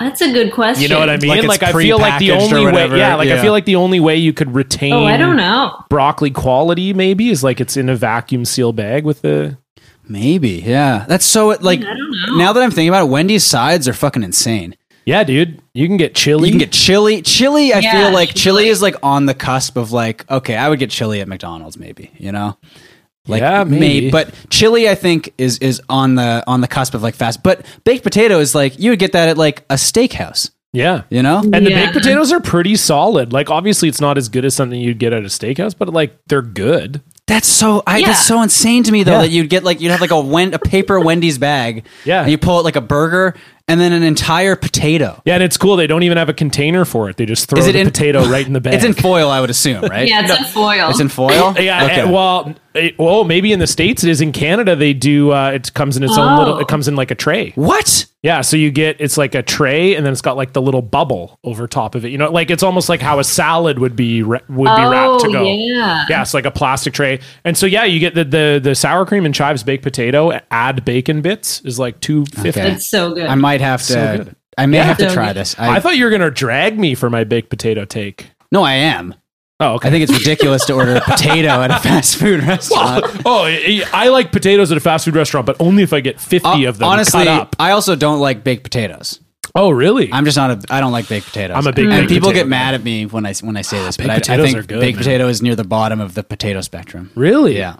C: That's a good question.
A: You know what I mean?
B: Like it's
A: Like, I feel like the
B: prepackaged or
A: only
B: whatever,
A: way Yeah, like
B: yeah.
A: I feel like the only way you could retain
C: Oh, I don't know.
A: broccoli quality maybe is like it's in a vacuum seal bag with the
B: Maybe, yeah. That's so like
C: I don't know.
B: now that I'm thinking about it, Wendy's sides are fucking insane.
A: Yeah, dude. You can get chili.
B: You can get chili. Chili, I
C: Yeah,
B: feel like
C: chili.
B: chili is like on the cusp of like, okay, I would get chili at McDonald's, maybe, you know? Like
A: Yeah,
B: may-
A: maybe.
B: but chili I think is is on the on the cusp of like fast but baked potato is like you would get that at like a steakhouse,
A: Yeah.
B: you know?
A: And
C: Yeah.
A: the baked potatoes are pretty solid. Like obviously it's not as good as something you'd get at a steakhouse, but like they're good.
B: That's so I
C: Yeah.
B: that's so insane to me though
A: Yeah.
B: that you'd get like you'd have like a Wen- a paper Wendy's bag.
A: Yeah.
B: And you pull out like a burger and then an entire potato.
A: Yeah, and it's cool. They don't even have a container for it. They just throw
B: Is it
A: the
B: in-
A: potato right in the bag.
B: It's in foil, I would assume, right?
C: Yeah, it's in foil.
B: It's in foil?
A: Yeah, eh, well, it, well, maybe in the states it is. In Canada, they do. Uh, it comes in its own
C: Oh.
A: little. It comes in like a tray.
B: What?
A: Yeah, so you get it's like a tray, and then it's got like the little bubble over top of it. You know, like it's almost like how a salad would be ra- would be
C: oh,
A: wrapped to go.
C: yeah.
A: Yeah, it's like a plastic tray, and so yeah, you get the the, the sour cream and chives baked potato. Add bacon bits is like two fifty.
B: Okay.
C: It's so good.
B: I might have to.
A: good.
B: I may have to
C: So
B: try
C: good.
B: this. I,
A: I thought you were gonna drag me for my baked potato take.
B: no, I am.
A: Oh, okay.
B: I think it's ridiculous to order a potato at a fast food restaurant.
A: oh, I, I like potatoes at a fast food restaurant, but only if I get fifty
B: Uh,
A: of them.
B: honestly,
A: cut up.
B: I also don't like baked potatoes.
A: oh really?
B: I'm just not a. I don't like baked potatoes.
A: I'm a big
B: and
A: baked
B: people
A: potato
B: get
A: guy. Ah,
B: mad at me when I when I say this,
A: baked
B: but I, I
A: potatoes
B: think
A: are good,
B: baked
A: man.
B: potato is near the bottom of the potato spectrum.
A: really?
B: Yeah,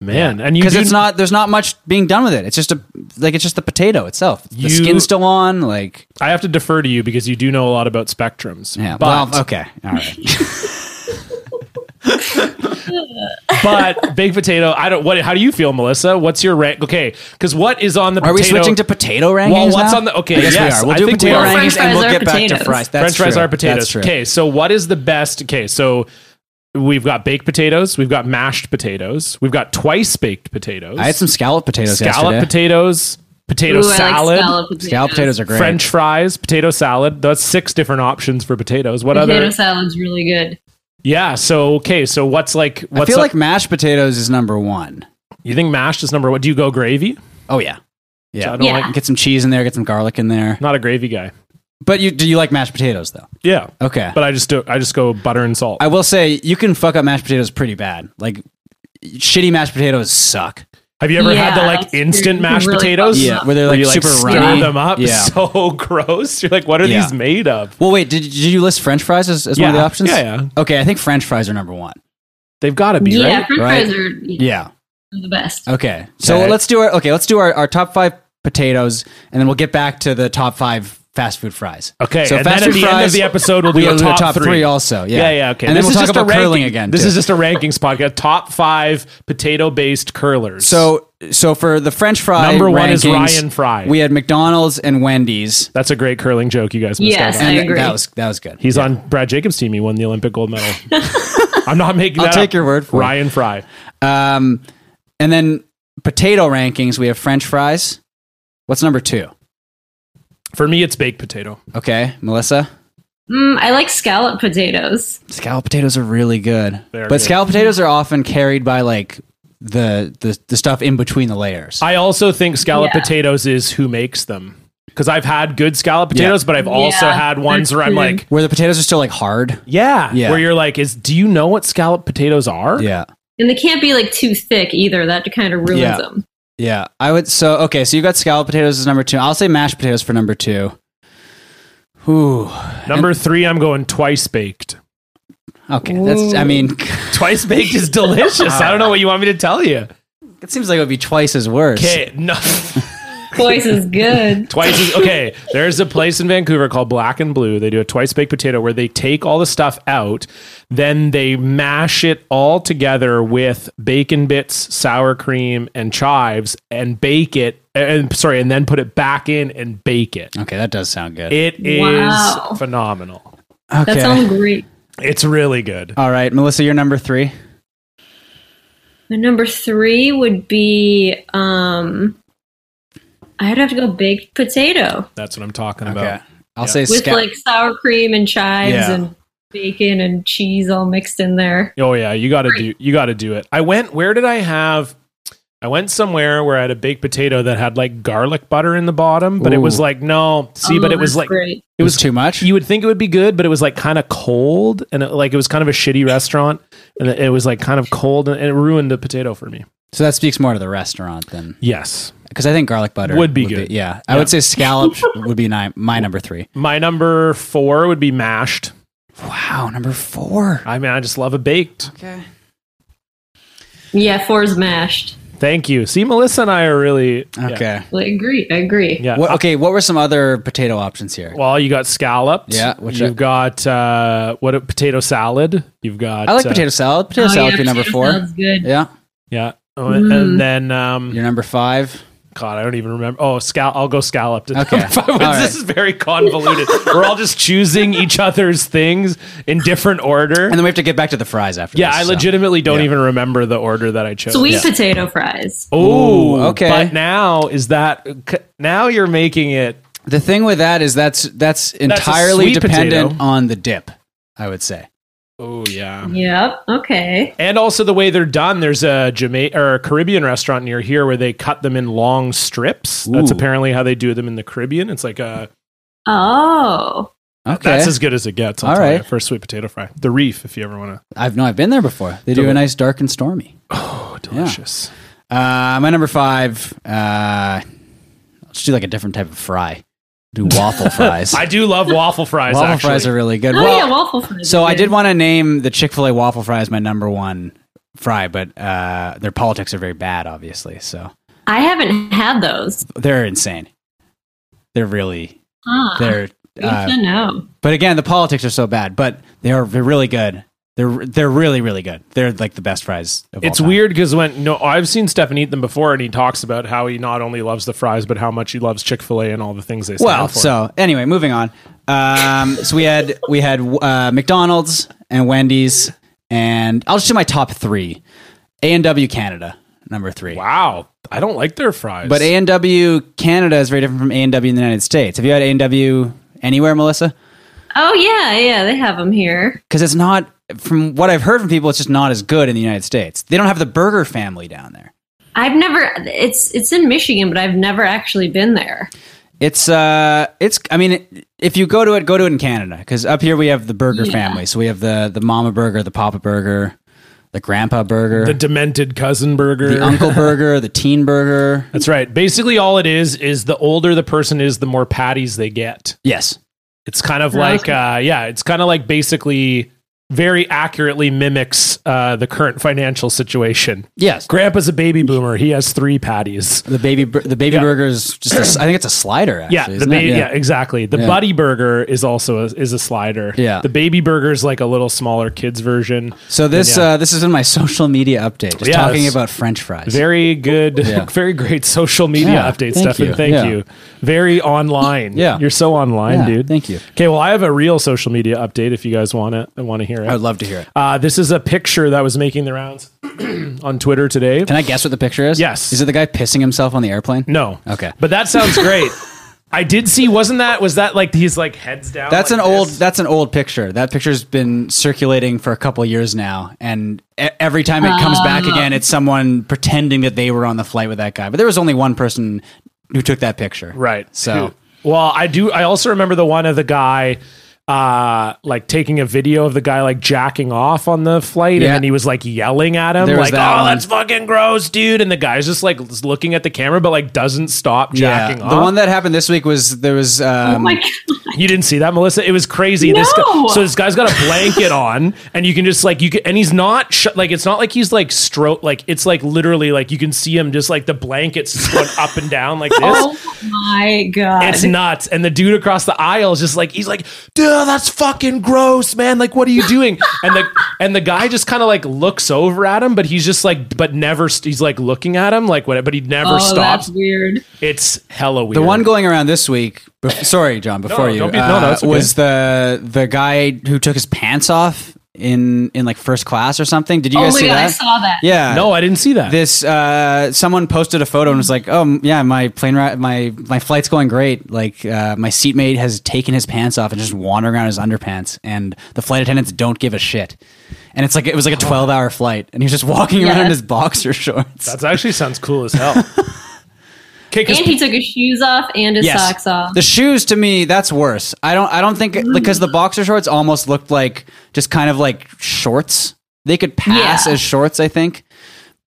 A: man. And you
B: because
A: do-
B: it's not. There's not much being done with it. It's just a like it's just the potato itself. The
A: You-
B: skin's still on. Like
A: I have to defer to you because you do know a lot about spectrums.
B: yeah.
A: but
B: well, okay. All right.
A: but baked potato. I don't. What? How do you feel, Melissa? What's your rank? Okay, because what is on the
B: Are we
A: potato-
B: switching to potato rankings?
A: Well, what's
B: now?
A: on the- okay,
B: I guess
A: yes,
B: we are. We'll
A: I
B: do
A: think
B: potato
A: we are.
B: rankings
C: French
B: and
C: fries
B: we'll
C: are
B: get back to
C: potatoes.
B: fries. That's
A: French fries
B: true.
A: are
B: That's
A: potatoes.
B: true.
A: Okay, so what is the best? Okay, so we've got baked potatoes. We've got mashed potatoes. We've got twice baked potatoes.
B: I had some scallop potatoes
A: scallop
B: yesterday.
A: potatoes. Potato
C: Ooh, I like
A: salad.
C: scallop potatoes.
B: scallop potatoes are great.
A: French fries, potato salad. That's six different options for potatoes. What
C: Potato
A: other?
C: salad's really good.
A: Yeah. So okay. So what's like? What's
B: I feel
A: up-
B: like mashed potatoes is number one.
A: you think mashed is number one? Do you go gravy?
B: Oh yeah,
A: So I
B: yeah.
A: don't
C: Yeah.
A: like.
B: Get some cheese in there. Get some garlic in there.
A: Not a gravy guy.
B: But you do you like mashed potatoes though?
A: Yeah.
B: Okay.
A: But I just do. I just go butter and salt.
B: I will say you can fuck up mashed potatoes pretty bad. Like shitty mashed potatoes suck.
A: Have you ever had the
C: Yeah.
A: like instant
C: They're
A: mashed
C: really
A: potatoes?
C: Yeah,
B: where they're, like,
A: you,
B: super
A: stir
B: runny.
A: them up.
B: Yeah.
A: So gross. You're like, what are
B: Yeah.
A: these made of?
B: Well, wait, did, did you list French fries as, as one of
A: Yeah.
B: the options?
A: Yeah, yeah.
B: Okay, I think French fries are number one.
A: They've got to be
C: yeah,
A: right.
C: French
B: Right.
C: fries are
B: Yeah.
C: the best.
B: Okay. So
A: Okay.
B: let's do our okay. Let's do our, our top five potatoes, and then we'll get back to the top five fast food fries.
A: Okay.
B: So
A: and
B: fast
A: then at
B: food
A: the end of
B: fries,
A: the episode, we'll do
B: We'll
A: a
B: do
A: top,
B: three. also. Yeah.
A: Yeah, yeah, okay.
B: And then
A: This
B: we'll
A: is
B: talk
A: just
B: about
A: a ranking-
B: curling again.
A: This
B: too.
A: is just a rankings podcast. Top five potato-based curlers.
B: so so for the French fry.
A: Number one is
B: rankings,
A: Ryan Fry.
B: We had McDonald's and Wendy's.
A: that's a great curling joke. You guys missed
C: Yes.
A: out on.
B: And
C: I
B: th-
C: agree.
B: That was that was good.
A: He's on Brad Jacobs' team. He won the Olympic gold medal. I'm not making
B: I'll
A: that.
B: take
A: up.
B: your word for it.
A: Ryan Fry.
B: Um, and then potato rankings. We have French fries. What's number two?
A: For me, it's baked potato.
B: Okay, Melissa.
C: Mm, I like scallop potatoes.
B: Scallop potatoes are really good,
A: They are
B: but
A: good.
B: scallop potatoes are often carried by like the the, the stuff in between the layers.
A: I also think scallop
C: Yeah.
A: potatoes is who makes them because I've had good scallop potatoes, but I've also
C: Yeah,
A: had ones
C: they're
A: where I'm
C: good.
A: like,
B: where the potatoes are still like hard.
A: yeah,
B: Yeah.
A: where you're like, is do you know what scallop potatoes are?
B: Yeah,
C: And they can't be like too thick either. That kind of ruins
B: Yeah.
C: them.
B: yeah. I would so okay. So you got scallop potatoes as number two. I'll say mashed potatoes for number two. Ooh,
A: Number three, I'm going twice baked.
B: okay. That's I mean,
A: Twice baked is delicious. I don't know what you want me to tell you.
B: it seems like it would be twice as worse.
A: Okay, no.
C: Twice is good.
A: Twice is okay. There's a place in Vancouver called Black and Blue. They do a twice baked potato where they take all the stuff out, then they mash it all together with bacon bits, sour cream, and chives, and bake it. And sorry, and then put it back in and bake it.
B: Okay, that does sound good.
A: It is
C: Wow.
A: phenomenal.
B: okay.
C: That sounds great.
A: It's really good.
B: All right, Melissa, you're number three.
C: My number three would be um I'd have to go baked potato
A: That's what I'm talking
B: Okay.
A: about.
B: I'll
A: Yeah.
B: say
C: with
B: sca-
C: like sour cream and chives
B: Yeah.
C: and bacon and cheese all mixed in there.
A: Oh yeah, you got to do you got to do it. I went where did I have I went somewhere where I had a baked potato that had like garlic butter in the bottom, but it
B: Ooh.
A: was like no, see, but
C: Oh,
A: it was
C: that's
A: like
C: great.
A: it was
B: too much.
A: you would think it would be good, but it was like kind of cold and it, like it was kind of a shitty restaurant and it was like kind of cold and it ruined the potato for me.
B: so that speaks more to the restaurant than
A: Yes.
B: because I think garlic butter
A: Would be good.
B: yeah, I
A: Yeah.
B: would say scallop would be ni- my number three.
A: My number 4 would be mashed.
B: Wow, number four.
A: I mean, I just love a baked.
B: Okay.
C: Yeah, four's mashed.
A: Thank you. See, Melissa and I are really yeah.
B: Okay.
C: I agree. I agree.
A: Yeah.
B: What, okay. What were some other potato options here?
A: Well, you got scalloped.
B: Yeah, which
A: you've
B: I-
A: got uh, what a potato salad. You've got
B: I like
A: uh,
B: potato salad. Potato
C: Oh,
B: salad
C: yeah,
B: would be number
C: potato
B: four.
C: salad's good.
B: Yeah.
A: Yeah, Oh,
C: Mm.
A: and then um,
B: You're number five.
A: God, I don't even remember. Oh, scal- I'll go scalloped.
B: Okay.
A: this
B: All right.
A: is very convoluted. We're all just choosing each other's things in different order.
B: And then we have to get back to the fries after
A: Yeah,
B: this,
A: I
B: so.
A: legitimately don't
B: yeah.
A: even remember the order that I chose.
C: Sweet
A: Yeah.
C: potato fries.
A: Oh,
B: Ooh, okay.
A: But now is that now you're making it
B: The thing with that is that's that's entirely
A: sweet
B: dependent
A: potato.
B: on the dip, I would say.
A: Oh yeah.
C: Yep. Okay.
A: And also the way they're done, there's a Jamaican or a Caribbean restaurant near here where they cut them in long strips. That's
B: Ooh.
A: apparently how they do them in the Caribbean. It's like a
C: Oh.
B: Okay.
A: that's as good as it gets. I'll
B: All
A: tell
B: right.
A: you, for a sweet potato fry. The reef, if you ever want to.
B: I've no, I've been there before. They do a
A: Deli-
B: nice dark and stormy.
A: Oh, delicious.
B: Uh, my number five. Uh, let's do like a different type of fry. Do waffle fries.
A: I do love waffle fries.
B: waffle
A: actually.
B: fries are really good.
C: Oh
B: Well,
C: yeah, waffle fries.
B: so
C: are
B: I
C: good.
B: did want to name the Chick Fil A waffle fry as my number one fry, but uh, their politics are very bad, obviously. So
C: I haven't had those.
B: they're insane. They're really
C: Huh.
B: they're.
C: Good
B: Uh,
C: to know.
B: but again, the politics are so bad, but they are they're really good. They're they're really really good. They're like the best fries. Of all
A: It's
B: time.
A: weird because when no, I've seen Stefan eat them before, and he talks about how he not only loves the fries, but how much he loves Chick Fil A and all the things they stand
B: Well,
A: for.
B: so anyway, moving on. Um, so we had we had uh, McDonald's and Wendy's, and I'll just do my top three. A and W Canada, number three.
A: wow, I don't like their fries,
B: But A and W Canada is very different from A and W in the United States. Have you had A and W anywhere, Melissa?
C: Oh yeah, yeah, they have them here.
B: Because it's not from what I've heard from people, it's just not as good in the United States. They don't have the burger family down there.
C: I've never. It's it's in Michigan, but I've never actually been there.
B: It's uh, it's. I mean, if you go to it, go to it in Canada because up here we have the burger
C: Yeah.
B: family. So we have the the mama burger, the papa burger, the grandpa burger,
A: The
B: the,
A: demented cousin burger.
B: uncle burger, the teen burger.
A: That's right. Basically, all it is is the older the person is, the more patties they get.
B: Yes,
A: It's kind of
C: Oh,
A: like,
C: okay.
A: uh, yeah, it's kind of like basically very accurately mimics uh, the current financial situation.
B: yes.
A: Grandpa's a baby boomer. He has three patties.
B: The baby, bur- the baby
A: Yeah.
B: burger is just. A, s- I think it's a slider. Actually,
A: Yeah, the
B: isn't
A: ba-
B: it?
A: yeah. exactly. The
B: Yeah.
A: buddy burger is also a, is a slider.
B: Yeah.
A: the baby burger is like a little smaller kids version.
B: So this
A: Yeah.
B: uh, this has been my social media update. Just
A: Yeah,
B: talking
A: it's-
B: about French fries.
A: Very good,
B: Yeah.
A: very great social media
B: Yeah,
A: update,
B: thank
A: Stefan.
B: you.
A: Thank
B: Yeah.
A: you. Very online.
B: Yeah.
A: you're so online,
B: Yeah,
A: dude.
B: thank you.
A: Okay, well, I have a real social media update if you guys want to want to hear
B: I would
A: it.
B: love to hear it.
A: Uh, this is a picture that was making the rounds on Twitter today.
B: Can I guess what the picture is?
A: Yes.
B: Is it the guy pissing himself on the airplane?
A: No,
B: Okay.
A: but that sounds great. I did see. Wasn't that was that like he's like heads down?
B: That's
A: like
B: an old.
A: this?
B: That's an old picture. That picture's been circulating for a couple years now, and e- every time it comes back
A: Ah.
B: again, it's someone pretending that they were on the flight with that guy. But there was only one person who took that picture.
A: Right.
B: So
A: well, I do. I also remember the one of the guy, uh, like taking a video of the guy like jacking off on the flight,
B: Yeah.
A: and then he was like yelling at him,
B: There was
A: like, "Oh,
B: that one.
A: that's fucking gross, dude!" And the guy's just like just looking at the camera, but like doesn't stop jacking
B: yeah,
A: off.
B: the one that happened this week was there was
C: oh
B: um,
C: my god!
A: you didn't see that, Melissa. It was crazy. This guy,
C: No.
A: so this guy's got a blanket on, and you can just like you can, and he's not sh- like it's not like he's like stroke like it's like literally like you can see him just like the blankets just going up and down like this.
C: Oh my god!
A: It's nuts. And the dude across the aisle is just like, he's like, dude, that's fucking gross, man. Like, what are you doing? And the and the guy just kind of like looks over at him, but he's just like, but never. St- he's like looking at him, like what? But he never
C: oh, that's
A: stops.
C: weird.
A: It's hella weird.
B: the one going around this week. bef- sorry, John. Before
A: no,
B: you
A: don't be- no, no,
B: uh,
A: it's okay.
B: was the the guy who took his pants off in in like first class or something. Did you
C: Oh
B: guys
C: my
B: see
C: god!
B: that?
C: I saw that.
B: Yeah.
A: No, I didn't see that.
B: this uh, someone posted a photo and was like, "Oh m- yeah, my plane ride, my my flight's going great. Like uh, my seatmate has taken his pants off and just wandering around in his underpants, and the flight attendants don't give a shit." And it's like it was like a twelve hour flight, and he was just walking around in
C: Yeah.
B: his boxer shorts.
A: that actually sounds cool as hell. Okay, 'cause-
C: And he took his shoes off and his socks off.
B: the shoes to me that's worse. I don't I don't think
C: Mm.
B: because the boxer shorts almost looked like just kind of like shorts. They could pass
C: Yeah.
B: as shorts, I think.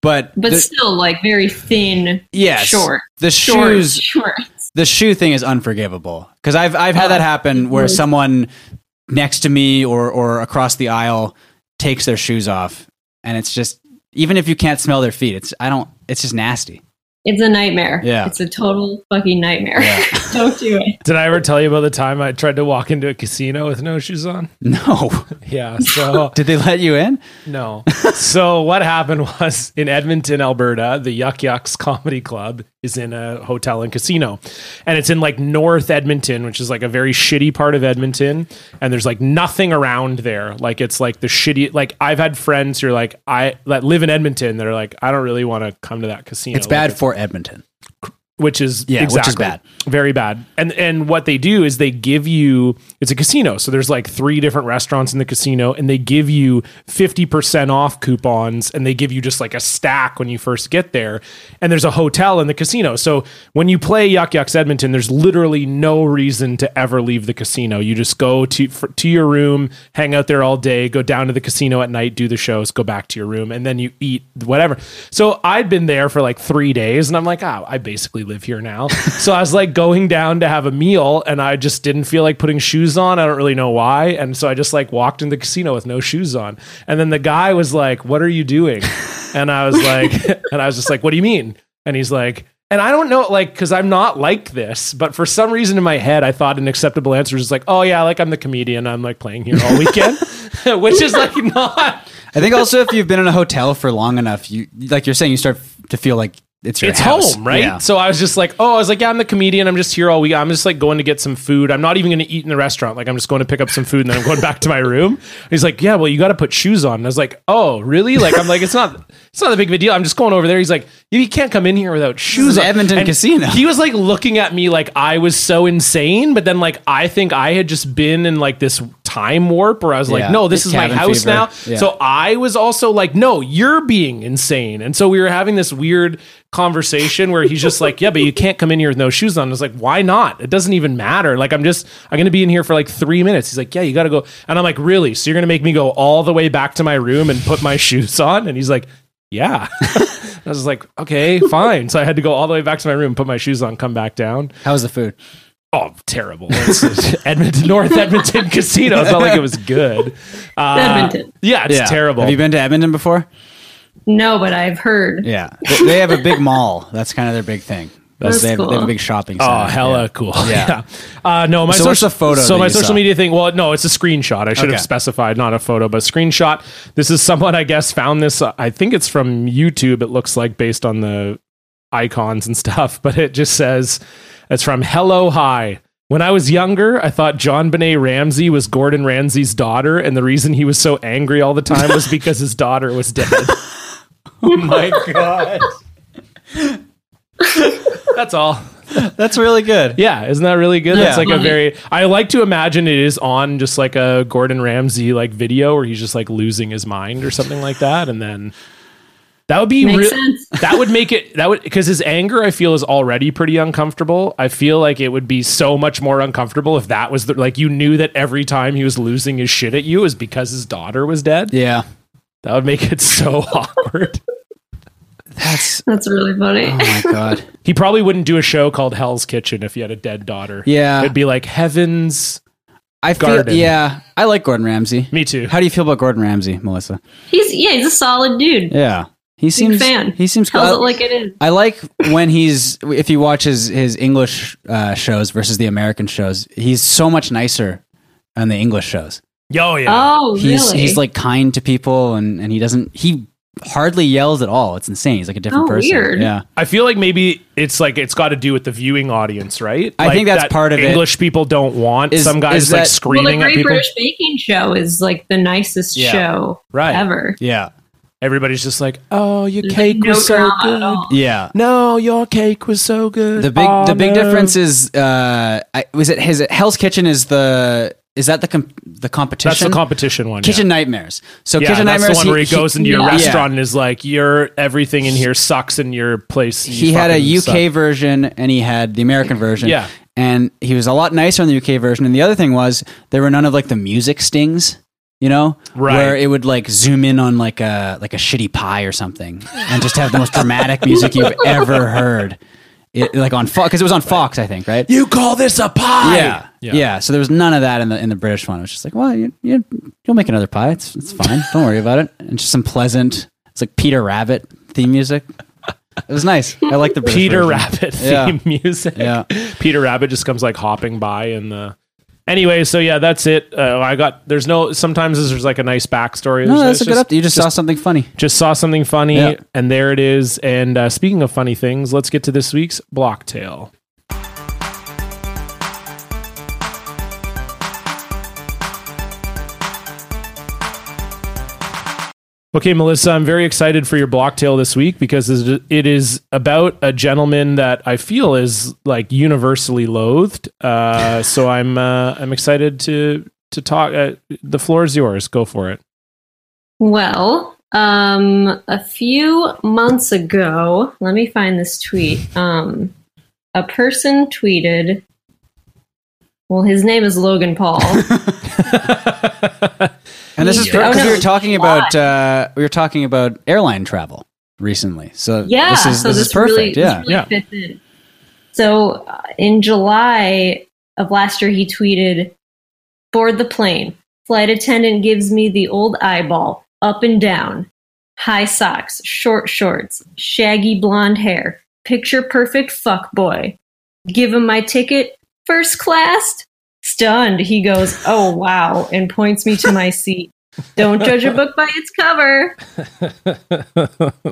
B: But
C: but
B: the,
C: still, like very thin.
B: yes,
C: short.
B: the
C: short
B: shoes
C: shorts.
B: the shoe thing is unforgivable because I've I've had that happen where
C: Mhm.
B: someone next to me or or across the aisle takes their shoes off, and it's just even if you can't smell their feet, it's I don't. It's just nasty.
C: It's a nightmare.
B: Yeah.
C: It's a total fucking nightmare.
B: Yeah.
C: Don't do it.
A: did I ever tell you about the time I tried to walk into a casino with no shoes on?
B: No,
A: Yeah. So
B: did they let you in?
A: No. so what happened was in Edmonton, Alberta, the Yuck Yucks Comedy Club is in a hotel and casino. And it's in like North Edmonton, which is like a very shitty part of Edmonton. And there's like nothing around there. Like it's like the shitty like I've had friends who are like I that live in Edmonton that are like, I don't really want to come to that casino.
B: It's bad for Edmonton.
A: Which is
B: Yeah, which is
A: exactly
B: bad.
A: Very bad. And and what they do is they give you it's a casino. So there's like three different restaurants in the casino and they give you 50% off coupons and they give you just like a stack when you first get there. And there's a hotel in the casino. So when you play Yuck Yucks Edmonton, there's literally no reason to ever leave the casino. You just go to for, to your room, hang out there all day, go down to the casino at night, do the shows, go back to your room and then you eat whatever. So I'd been there for like 3 days and I'm like, "Ah, I basically live here now." so I was like going down to have a meal and I just didn't feel like putting shoes on. I don't really know why. And so I just like walked in the casino with no shoes on. And then the guy was like, What are you doing? And I was like, And I was just like, What do you mean? And he's like, and I don't know, like, because I'm not like this, but for some reason in my head, I thought an acceptable answer is like, oh, yeah, like I'm the comedian. I'm like playing here all weekend, which is like not
B: I think also if you've been in a hotel for long enough, you like you're saying you start to feel like it's your
A: it's
B: house.
A: home, right?
B: Yeah.
A: So I was just like, oh, I was like, yeah, I'm the comedian. I'm just here all week. I'm just like going to get some food. I'm not even going to eat in the restaurant. Like, I'm just going to pick up some food and then I'm going back to my room. And he's like, yeah, well, you got to put shoes on. And I was like, oh, really? Like, I'm like, it's not, it's not that big of a deal. I'm just going over there. He's like, you can't come in here without shoes.
B: is
A: on.
B: Edmonton
A: And
B: Casino.
A: He was like looking at me like I was so insane, but then like I think I had just been in like this time warp where I was like,
B: Yeah.
A: no, this is my
B: Cabin
A: house
B: fever.
A: now.
B: Yeah.
A: So I was also like, no, you're being insane. And so we were having this weird conversation where he's just like, yeah, but you can't come in here with no shoes on. I was like, why not? It doesn't even matter. Like, I'm just, I'm going to be in here for like three minutes. He's like, yeah, you got to go. And I'm like, really? So you're going to make me go all the way back to my room and put my shoes on? And he's like, yeah. I was like, okay, fine. So I had to go all the way back to my room, put my shoes on, come back down.
B: How's the food?
A: Oh, terrible! It's just Edmonton North Edmonton Casino. It's not like it was good. Uh,
C: Edmonton.
A: Yeah, it's
B: Ah, Yeah.
A: terrible.
B: Have you been to Edmonton before?
C: No, but I've heard.
B: Yeah, They- they have a big mall. That's kind of their big thing.
C: That's
B: they, have, they have a
C: cool.
B: big shopping. Center.
A: Oh, hella
B: Ah, Yeah.
A: cool.
B: Yeah.
A: Yeah. Uh, no, my
B: So what's
A: social,
B: the photo
A: So
B: that
A: my
B: you
A: social
B: saw?
A: media thing. Well, no, it's a screenshot. I should
B: Okay.
A: have specified not a photo, but a screenshot. This is someone I guess found this. uh, I think it's from YouTube. It looks like based on the icons and stuff, but it just says it's from Hello Hi. When I was younger, I thought John Benet Ramsey was Gordon Ramsay's daughter, and the reason he was so angry all the time was because his daughter was dead. oh my god. That's all.
B: That's really good.
A: Yeah, isn't that really good? That's
B: Yeah.
A: like
C: Mm-hmm.
A: a very. I like to imagine it is on just like a Gordon Ramsay like video where he's just like losing his mind or something like that, and then that would be
C: Makes
A: real-
C: sense.
A: that would make it that would because his anger I feel is already pretty uncomfortable. I feel like it would be so much more uncomfortable if that was the, like you knew that every time he was losing his shit at you is because his daughter was dead.
B: Yeah,
A: That would make it so awkward.
B: that's.
C: That's really funny.
B: Oh my god.
A: He probably wouldn't do a show called Hell's Kitchen if he had a dead daughter.
B: Yeah.
A: it'd be like Heaven's.
B: I feel.
A: Garden.
B: Yeah, I like Gordon Ramsay.
A: Me too.
B: How do you feel about Gordon Ramsay, Melissa?
C: He's yeah, he's a solid dude.
B: Yeah, he seems.
C: fan.
B: He seems.
C: Tells
B: I-
C: it like it is.
B: I like when he's if you watch his his English uh, shows versus the American shows, he's so much nicer on the English shows.
A: Yo, yeah.
C: Oh, really?
B: He's he's like kind to people and and he doesn't he hardly yells at all. It's insane. He's like a different
C: Oh,
B: person.
C: weird.
B: Yeah.
A: I feel like maybe it's like it's got to do with the viewing audience, right?
B: I
A: Like,
B: think that's
A: that
B: part of it.
A: English people don't want
B: Is-
A: some guys like
B: is that-
C: well, the
A: screaming at
C: Great
A: people.
C: British Baking Show is like the nicest
B: Yeah.
C: show
A: Right.
C: ever.
B: Yeah.
A: Everybody's just like, "Oh, your
C: There's,
A: cake
C: like, no
A: was so
C: drama at
A: good."
C: all.
B: Yeah.
A: No, your cake was so good.
B: The big
A: Oh,
B: the big
A: no.
B: difference is uh I, was it his Hell's Kitchen is the is that the com- the competition?
A: That's the competition one.
B: Kitchen
A: yeah.
B: Nightmares. So
A: Yeah,
B: Kitchen
A: that's
B: Nightmares
A: the one where he, goes into your
C: yeah.
A: restaurant and is like, "Your everything in here sucks, and your place." you
B: he had
A: fucking
B: a UK
A: suck."
B: version and he had the American version.
A: Yeah.
B: And he was a lot nicer in the UK version. And the other thing was there were none of like the music stings, you know?
A: Right.
B: Where it would like zoom in on like a like a shitty pie or something and just have the most dramatic music you've ever heard. It, like on Fox because it was on Fox, I think, right?
A: You call this a pie?
B: Yeah. yeah,
A: yeah.
B: So there was none of that in the in the British one. It was just like, well, you, you, you'll make another pie. It's it's fine. Don't worry about it. And just some pleasant. It's like Peter Rabbit theme music. It was nice. I like the British
A: Peter
B: version.
A: Rabbit
B: Yeah.
A: theme music.
B: Yeah.
A: Peter Rabbit just comes like hopping by in the. Anyway, so yeah, that's it. Uh, I got there's no. Sometimes there's like a nice backstory.
B: No,
A: There's-
B: that's a good
A: just,
B: update. You just, saw something funny.
A: Just saw something funny,
B: Yeah.
A: and there it is. And uh, speaking of funny things, let's get to this week's block tale. Okay, Melissa, I'm very excited for your block tale this week because it is about a gentleman that I feel is like universally loathed. Uh, so I'm uh, I'm excited to to talk. Uh, the floor is yours. Go for it.
C: Well, um, a few months ago, let me find this tweet. Um, a person tweeted. Well, his name is Logan Paul.
B: And this is
C: Yeah.
B: because
C: Oh,
B: we
C: no.
B: were talking about uh, we were talking about airline travel recently. So
C: yeah,
B: this is
C: so
B: this,
C: this
B: is perfect.
C: Really, this
B: yeah,
C: really
A: Yeah.
C: fits in. So uh, in July of last year, he tweeted, "Board the plane. Flight attendant gives me the old eyeball, up and down, high socks, short shorts, shaggy blonde hair, picture perfect fuck boy. Give him my ticket, first class." Stunned, he goes, "Oh wow!" and points me to my seat. Don't judge a book by its cover.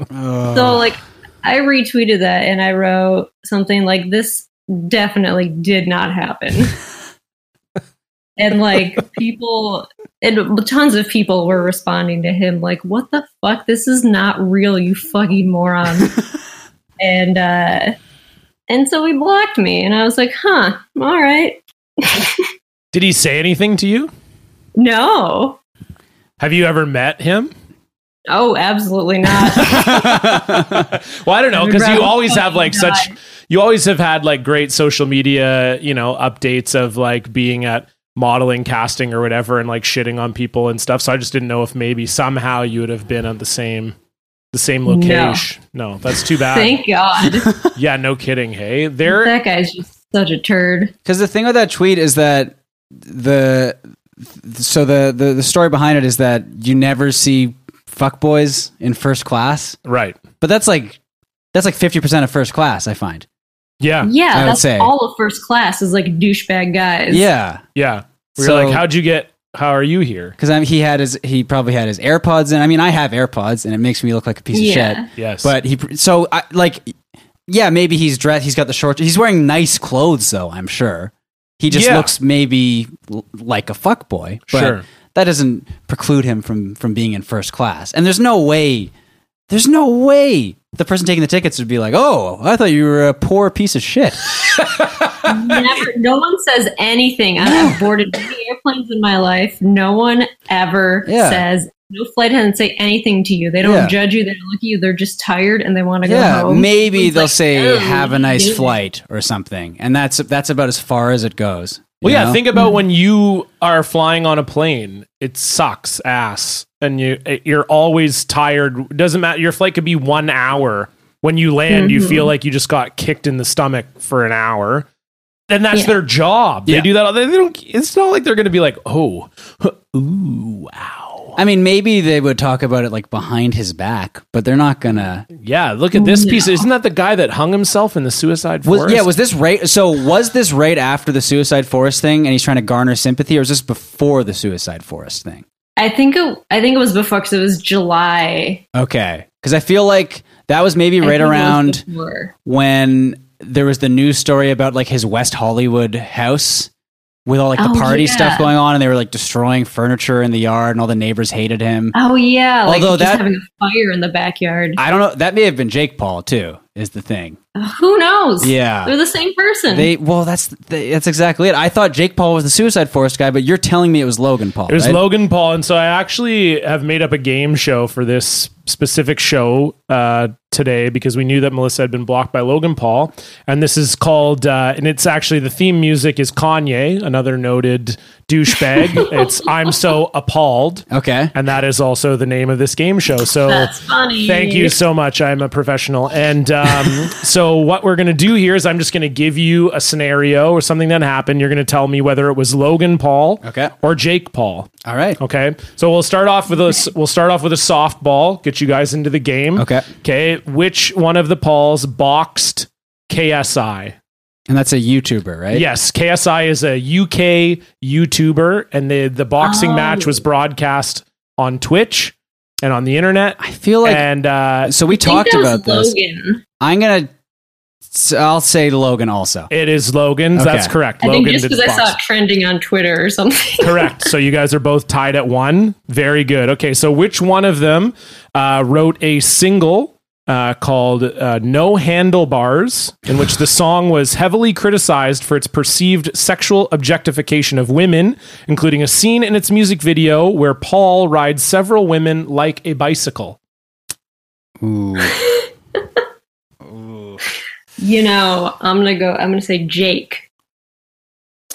A: Oh.
C: So like I retweeted that and I wrote something like this definitely did not happen. and like people and tons of people were responding to him like what the fuck this is not real you fucking moron. and uh and so he blocked me and I was like, "Huh, all right."
A: Did he say anything to you?
C: No.
A: Have you ever met him?
C: Oh, absolutely not.
A: Well, I don't know because you
C: Right.
A: always have like
C: Fucking
A: such. You always have had like great social media, you know, updates of like being at modeling casting or whatever, and like shitting on people and stuff. So I just didn't know if maybe somehow you would have been on the same, the same location. No, that's too bad.
C: Thank God.
A: yeah, no kidding. Hey, there.
C: that guy's just such a turd.
B: Because the thing with that tweet is that the so the, the the story behind it is that you never see fuckboys in first class,
A: Right.
B: but that's like that's like fifty percent of first class. I find.
A: Yeah.
C: Yeah,
B: I would
C: that's
B: say.
C: all of first class is like douchebag guys.
B: Yeah,
A: Yeah. We're
B: So-
A: like, how'd you get? How are you here?
B: because I mean, he had his he probably had his AirPods in. I mean, I have AirPods, and it makes me look like a piece
C: Yeah.
B: of shit.
A: Yes.
B: But he pr- so I like yeah maybe he's dressed. He's got the short. He's wearing nice clothes though. I'm sure. He just
A: Yeah.
B: looks maybe l- like a fuckboy. But
A: Sure.
B: That doesn't preclude him from from being in first class. And there's no way. There's no way the person taking the tickets would be like, "Oh, I thought you were a poor piece of shit."
C: Never, no one says anything. I have boarded many airplanes in my life. No one ever
B: Yeah.
C: says, no flight attendants say anything to you. They don't
B: Yeah.
C: judge you. They don't look at you. They're just tired and they want to
B: yeah,
C: go home.
B: maybe
C: It's
B: they'll
C: like,
B: say,
C: oh,
B: "Have a nice
C: yeah.
B: flight" or something, and that's that's about as far as it goes.
A: Well,
B: you
A: yeah.
B: know?
A: Think about when you are flying on a plane. It sucks ass, and you you're always tired. Doesn't matter. Your flight could be one hour. When you land, you feel like you just got kicked in the stomach for an hour. And that's
C: Yeah.
A: their job. They
B: Yeah.
A: do that. all- They they don't. It's not like they're going to be like, oh, huh, ooh, wow.
B: I mean, maybe they would talk about it like behind his back, but they're not gonna.
A: Yeah, look at this piece. Isn't that the guy that hung himself in the suicide
B: Was,
A: forest?
B: Yeah, was this right? So was this right after the Suicide Forest thing, and he's trying to garner sympathy, or is this before the Suicide Forest thing?
C: I think it, I think it was before because it was July.
B: Okay, because I feel like that was maybe
C: I
B: right
C: think it was
B: around
C: before.
B: when there was the news story about like his West Hollywood house with all like the
C: Oh,
B: party
C: yeah.
B: stuff going on, and they were like destroying furniture in the yard, and all the neighbors hated him.
C: Oh yeah, like
B: Although
C: just
B: that-
C: having a fire in the backyard.
B: I don't know. That may have been Jake Paul too. Is the thing?
C: Who knows?
B: Yeah.
C: they're the same person.
B: They well, that's that's exactly it. I thought Jake Paul was the Suicide Forest guy, but you're telling me it was Logan Paul.
A: It was
B: right?
A: Logan Paul, and so I actually have made up a game show for this specific show uh, today because we knew that Melissa had been blocked by Logan Paul, and this is called, uh, and it's actually the theme music is Kanye, another noted douchebag. it's I'm so appalled,
B: Okay.
A: and that is also the name of this game show. So
C: That's funny.
A: Thank you so much. I'm a professional. And um, so, what we're going to do here is I'm just going to give you a scenario or something that happened. You're going to tell me whether it was Logan Paul
B: Okay.
A: or Jake Paul.
B: All right.
A: Okay. So we'll start off with a we'll start off with a softball, get you guys into the game.
B: Okay.
A: Okay. Which one of the Pauls boxed KSI?
B: And that's a YouTuber, right?
A: Yes, KSI is a UK YouTuber, and the the boxing
C: Oh.
A: match was broadcast on Twitch and on the internet.
B: I feel like
A: and uh,
B: so. We
C: I think
B: talked
C: that was
B: about this.
C: Logan.
B: I'm gonna. s- I'll say Logan also.
A: it is Logan's.
B: Okay.
A: That's correct.
C: I
A: Logan
C: think just because I
A: box.
C: saw it trending on Twitter or something.
A: Correct. So you guys are both tied at one. Very good. Okay. So which one of them uh, wrote a single uh, called uh, "No Handlebars," in which the song was heavily criticized for its perceived sexual objectification of women, including a scene in its music video where Paul rides several women like a bicycle?
B: Ooh.
C: You know, I'm gonna go. I'm gonna say Jake.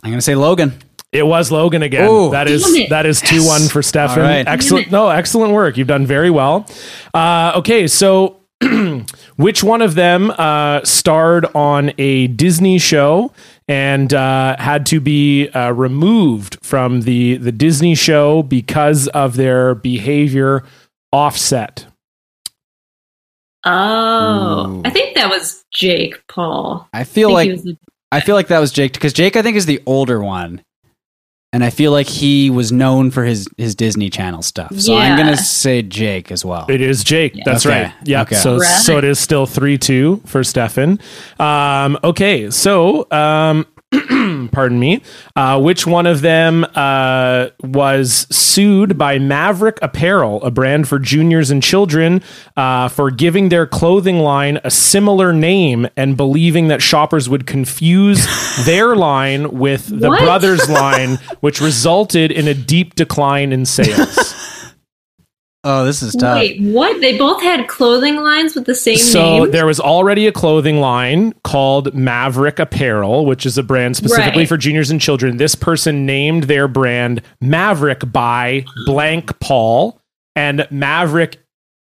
B: I'm gonna say Logan.
A: It was Logan again.
B: Ooh.
A: that is
C: Damn it.
A: that is two one for Stefan.
B: All right.
A: Excellent. No, excellent work. You've done very well. Uh, okay, so which one of them uh, starred on a Disney show and uh, had to be uh, removed from the the Disney show because of their behavior offset?
C: Oh,
B: Ooh.
C: I think that was Jake Paul.
B: I
C: I
B: feel
C: think
B: like
C: he was the-
B: I feel like that was Jake because Jake I think is the older one, and I feel like he was known for his his Disney Channel stuff. So I'm
C: Yeah.
B: gonna say Jake as well.
A: It is Jake. That's
B: Okay.
A: right. Yeah.
B: Okay.
A: So
C: Right.
A: so it is still three two for Stefan. Um, okay. So um, pardon me, uh, which one of them uh, was sued by Maverick Apparel, a brand for juniors and children, uh, for giving their clothing line a similar name and believing that shoppers would confuse their line with the
C: What?
A: brothers line, which resulted in a deep decline in sales.
B: Oh, this is tough.
C: Wait, what? They both had clothing lines with the same
A: so
C: name.
A: there was already a clothing line called Maverick Apparel, which is a brand specifically
C: Right.
A: for juniors and children. This person named their brand Maverick by blank Paul, and Maverick,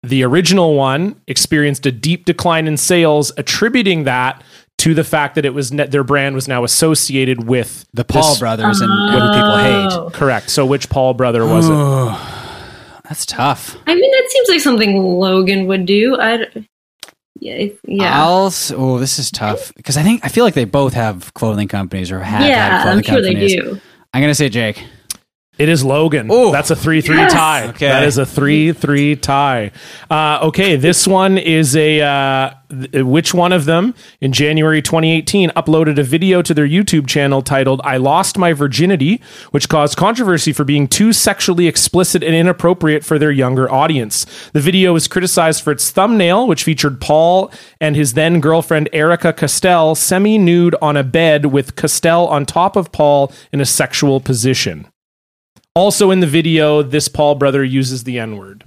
A: the original one, experienced a deep decline in sales, attributing that to the fact that it was ne- their brand was now associated with
B: The Paul
A: this-
B: brothers and who people hate.
C: Oh.
A: Correct. So which Paul brother was it?
B: That's tough.
C: I mean, that seems like something Logan would do. I d- yeah, it- yeah.
B: I'll s- oh, this is tough because I think I feel like they both have clothing companies or have had
C: yeah,
B: clothing
C: I'm sure they
B: companies.
C: do.
B: I'm gonna say Jake.
A: It is Logan.
B: Ooh.
A: That's a 3 3
C: Yes.
A: tie.
B: Okay.
A: That is a 3 3 tie. Uh, okay, this one is a. Uh, th- which one of them in January 2018 uploaded a video to their YouTube channel titled I Lost My Virginity, which caused controversy for being too sexually explicit and inappropriate for their younger audience? The video was criticized for its thumbnail, which featured Paul and his then girlfriend Erica Castell semi nude on a bed with Castell on top of Paul in a sexual position. Also in the video, this Paul brother uses the N word.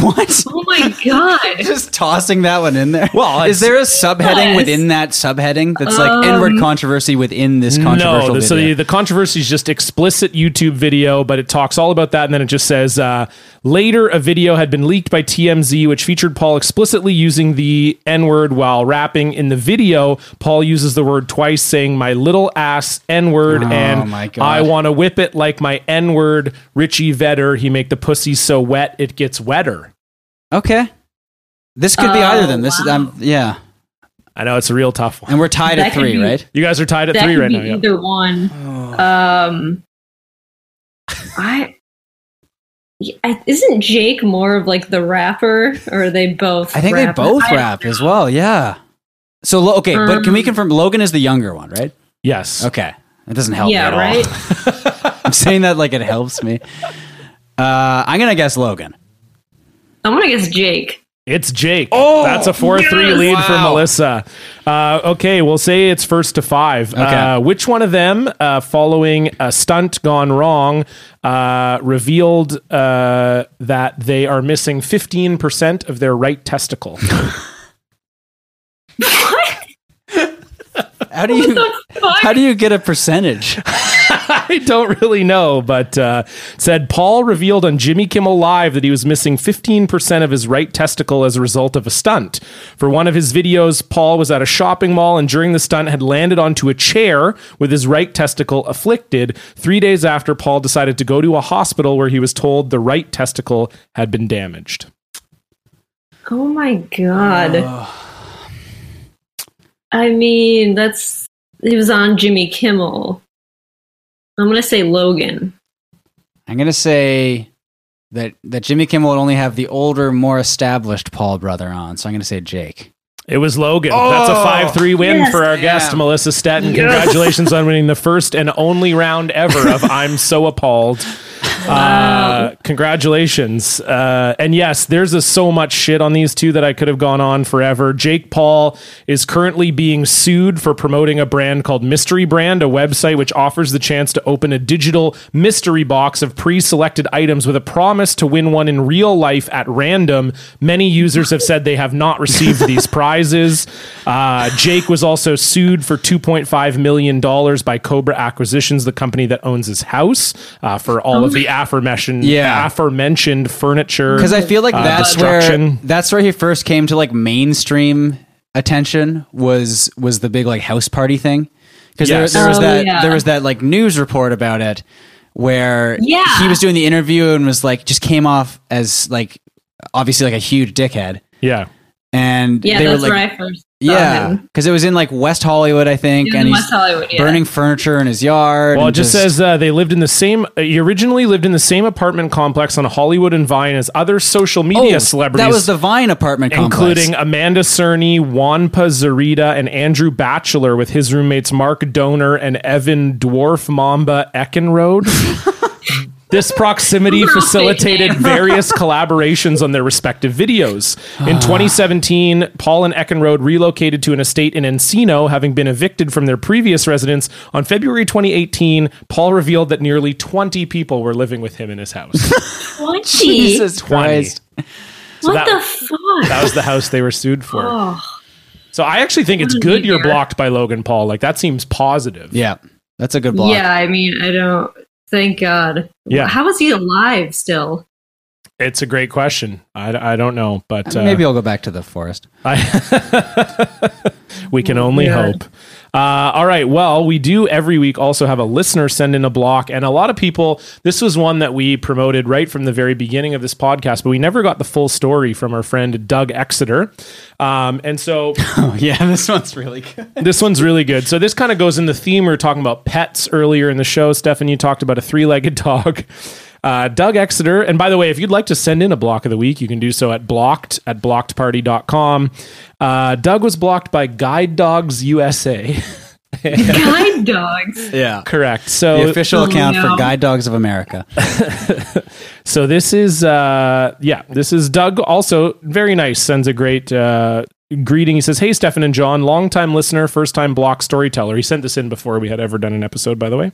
B: what?
C: Oh my god.
B: Just tossing that one in there.
A: Well, it's-
B: is there a subheading
C: Yes.
B: within that subheading that's like
C: Um,
B: inward controversy within this controversial
A: No, the, so
B: video?
A: the, the controversy is just explicit YouTube video, but it talks all about that, and then it just says uh, later a video had been leaked by TMZ, which featured Paul explicitly using the N word while rapping. In the video, Paul uses the word twice, saying "my little ass N word"
B: Oh,
A: and
B: my God.
A: "I want to whip it like my N word." Richie Vetter, he make the pussy so wet it gets wetter.
B: okay, this could be
C: Oh,
B: either of them. This is um, yeah,
A: I know it's a real tough one.
B: and we're tied
C: That
B: at
C: could
B: three,
C: be-
B: right?
A: You guys are tied at
C: that
A: three
C: could
A: right
C: be
A: now. yeah.
C: either one. Um, I, I isn't Jake more of like the rapper, or are they both?
B: I think they
C: rappers?
B: both
C: I-
B: rap as well. Yeah. So Lo- okay, but can we
C: Um,
B: confirm Logan is the younger one, right?
A: Yes.
B: Okay, that doesn't help. me
C: yeah,
B: at all.
C: right.
B: I'm saying that like it helps me. Uh, I'm gonna guess Logan.
C: I'm gonna guess Jake.
A: It's Jake. Oh, that's a four-three lead for Melissa. Uh, okay, we'll say it's first to five. Uh, which one of them, uh, following a stunt gone wrong, uh, revealed uh, that they are missing fifteen percent of their right testicle?
B: How do you
C: Fuck.
B: how do you get a percentage?
A: I don't really know, but uh, said Paul revealed on Jimmy Kimmel Live that he was missing 15% of his right testicle as a result of a stunt. For one of his videos, Paul was at a shopping mall and during the stunt had landed onto a chair with his right testicle afflicted. Three days after, Paul decided to go to a hospital where he was told the right testicle had been damaged.
C: Oh my god.
B: Uh.
C: I mean, that's he was on Jimmy Kimmel. I'm gonna say Logan.
B: I'm gonna say that that Jimmy Kimmel would only have the older, more established Paul brother on. So I'm gonna say Jake.
A: It was Logan. That's a 5 3 win
C: Yes.
A: for our guest,
B: Yeah.
A: Melissa Stetton. Congratulations on winning the first and only round ever of I'm So Appalled. Uh, congratulations. Uh, and yes, there's a, so much shit on these two that I could have gone on forever. Jake Paul is currently being sued for promoting a brand called Mystery Brand, a website which offers the chance to open a digital mystery box of pre selected items with a promise to win one in real life at random. Many users have said they have not received these prizes. Uh, Jake was also sued for $2.5 million by Cobra Acquisitions, the company that owns his house, uh, for all of the aforementioned,
B: Oh. Yeah.
A: aforementioned furniture.
B: Because I feel like
A: uh,
B: that's where
A: destruction.
B: that's where he first came to like mainstream attention was was the big like house party thing. Because
A: Yes.
B: there, there was
C: Oh,
B: that
C: yeah.
B: there was that like news report about it where
C: Yeah.
B: he was doing the interview and was like just came off as like obviously like a huge dickhead.
A: Yeah.
B: and
C: Yeah,
B: they
C: that's
B: were like,
C: where I first. saw
B: yeah,
C: him.
B: because it was in like West Hollywood, I think,
C: in
B: and he's
C: West Hollywood. Yeah.
B: burning furniture in his yard.
A: Well, it
B: and
A: just says uh, they lived in the same. Uh, he originally lived in the same apartment complex on Hollywood and Vine as other social media
B: Oh,
A: celebrities,
B: That was the Vine apartment, complex.
A: including Amanda Cerny, Juanpa Zarita, and Andrew Batchelor, with his roommates Mark Donor and Evan Dwarf Mamba Eckenrode. This proximity
C: Right.
A: facilitated various collaborations on their respective videos. In 2017, Paul and Eckenrode relocated to an estate in Encino, having been evicted from their previous residence. On February 2018, Paul revealed that nearly 20 people were living with him in his house.
C: 20?
B: Jesus
A: 20.
B: Christ.
C: what
A: that-
C: the fuck?
A: That was the house they were sued for.
C: oh,
A: So I actually think it's
C: What a
A: good you're
C: nightmare.
A: blocked by Logan Paul. Like that seems positive.
B: Yeah, that's a good block.
C: yeah. I mean, I don't. Thank God.
A: Yeah.
C: How is he alive still?
A: It's a great question. I, I don't know, but uh,
B: Maybe I'll go back to the forest.
A: I we can only
C: Yeah.
A: hope. Uh, all right. Well, we do every week also have a listener send in a block, and a lot of people. This was one that we promoted right from the very beginning of this podcast, but we never got the full story from our friend Doug Exeter. Um, and so
B: Oh yeah, this one's really good.
A: this one's really good. So this kind of goes in the theme. We were talking about pets earlier in the show. Stefan, you talked about a three-legged dog. Uh, Doug Exeter. And by the way, if you'd like to send in a block of the week, you can do so at blocked at blockedparty.com. Uh, Doug was blocked by Guide Dogs USA.
C: Guide dogs.
B: Yeah.
A: Correct.
B: The
A: So,
B: official account
C: no.
B: for Guide Dogs of America.
A: so this is, uh, yeah, this is Doug. Also, very nice. Sends a great uh, greeting. He says, Hey, Stefan and John, longtime listener, first time block storyteller. He sent this in before we had ever done an episode, by the way.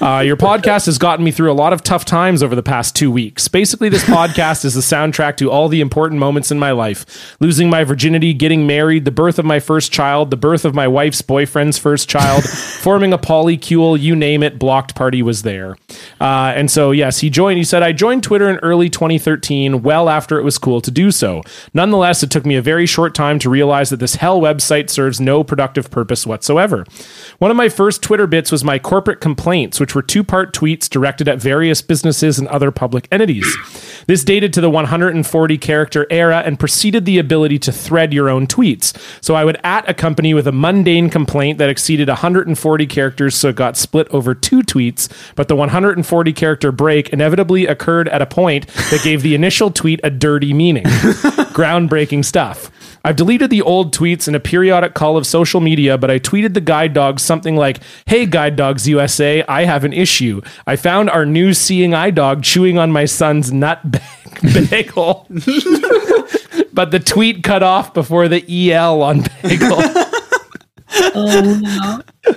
A: Uh, your podcast has gotten me through a lot of tough times over the past two weeks. Basically, this podcast is the soundtrack to all the important moments in my life losing my virginity, getting married, the birth of my first child, the birth of my wife's boyfriend's first child, forming a polycule, you name it, blocked party was there. Uh, and so, yes, he joined. He said, I joined Twitter in early 2013, well after it was cool to do so. Nonetheless, it took me a very short time to realize that this hell website serves no productive purpose whatsoever. One of my first Twitter bits was my corporate complaints, which were two part tweets directed at various businesses and other public entities. This dated to the 140 character era and preceded the ability to thread your own tweets. So I would at a company with a mundane complaint that exceeded 140 characters, so it got split over two tweets. But the 140 character break inevitably occurred at a point that gave the initial tweet a dirty meaning. Groundbreaking stuff. I've deleted the old tweets in a periodic call of social media, but I tweeted the guide dogs something like, Hey, guide dogs USA, I have an issue. I found our new seeing eye dog chewing on my son's nut bag- bagel. but the tweet cut off before the EL on bagel.
C: Oh no.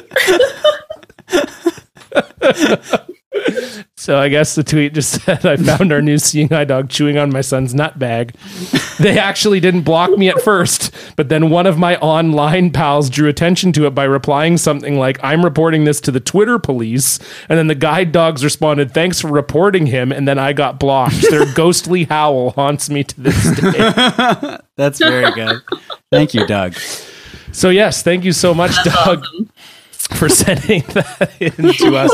A: so I guess the tweet just said, I found our new seeing eye dog chewing on my son's nut bag. They actually didn't block me at first, but then one of my online pals drew attention to it by replying something like, I'm reporting this to the Twitter police. And then the guide dogs responded, Thanks for reporting him. And then I got blocked. Their ghostly howl haunts me to this day.
B: That's very good. Thank you, Doug.
A: So, yes, thank you so much, Doug, for sending that in to us.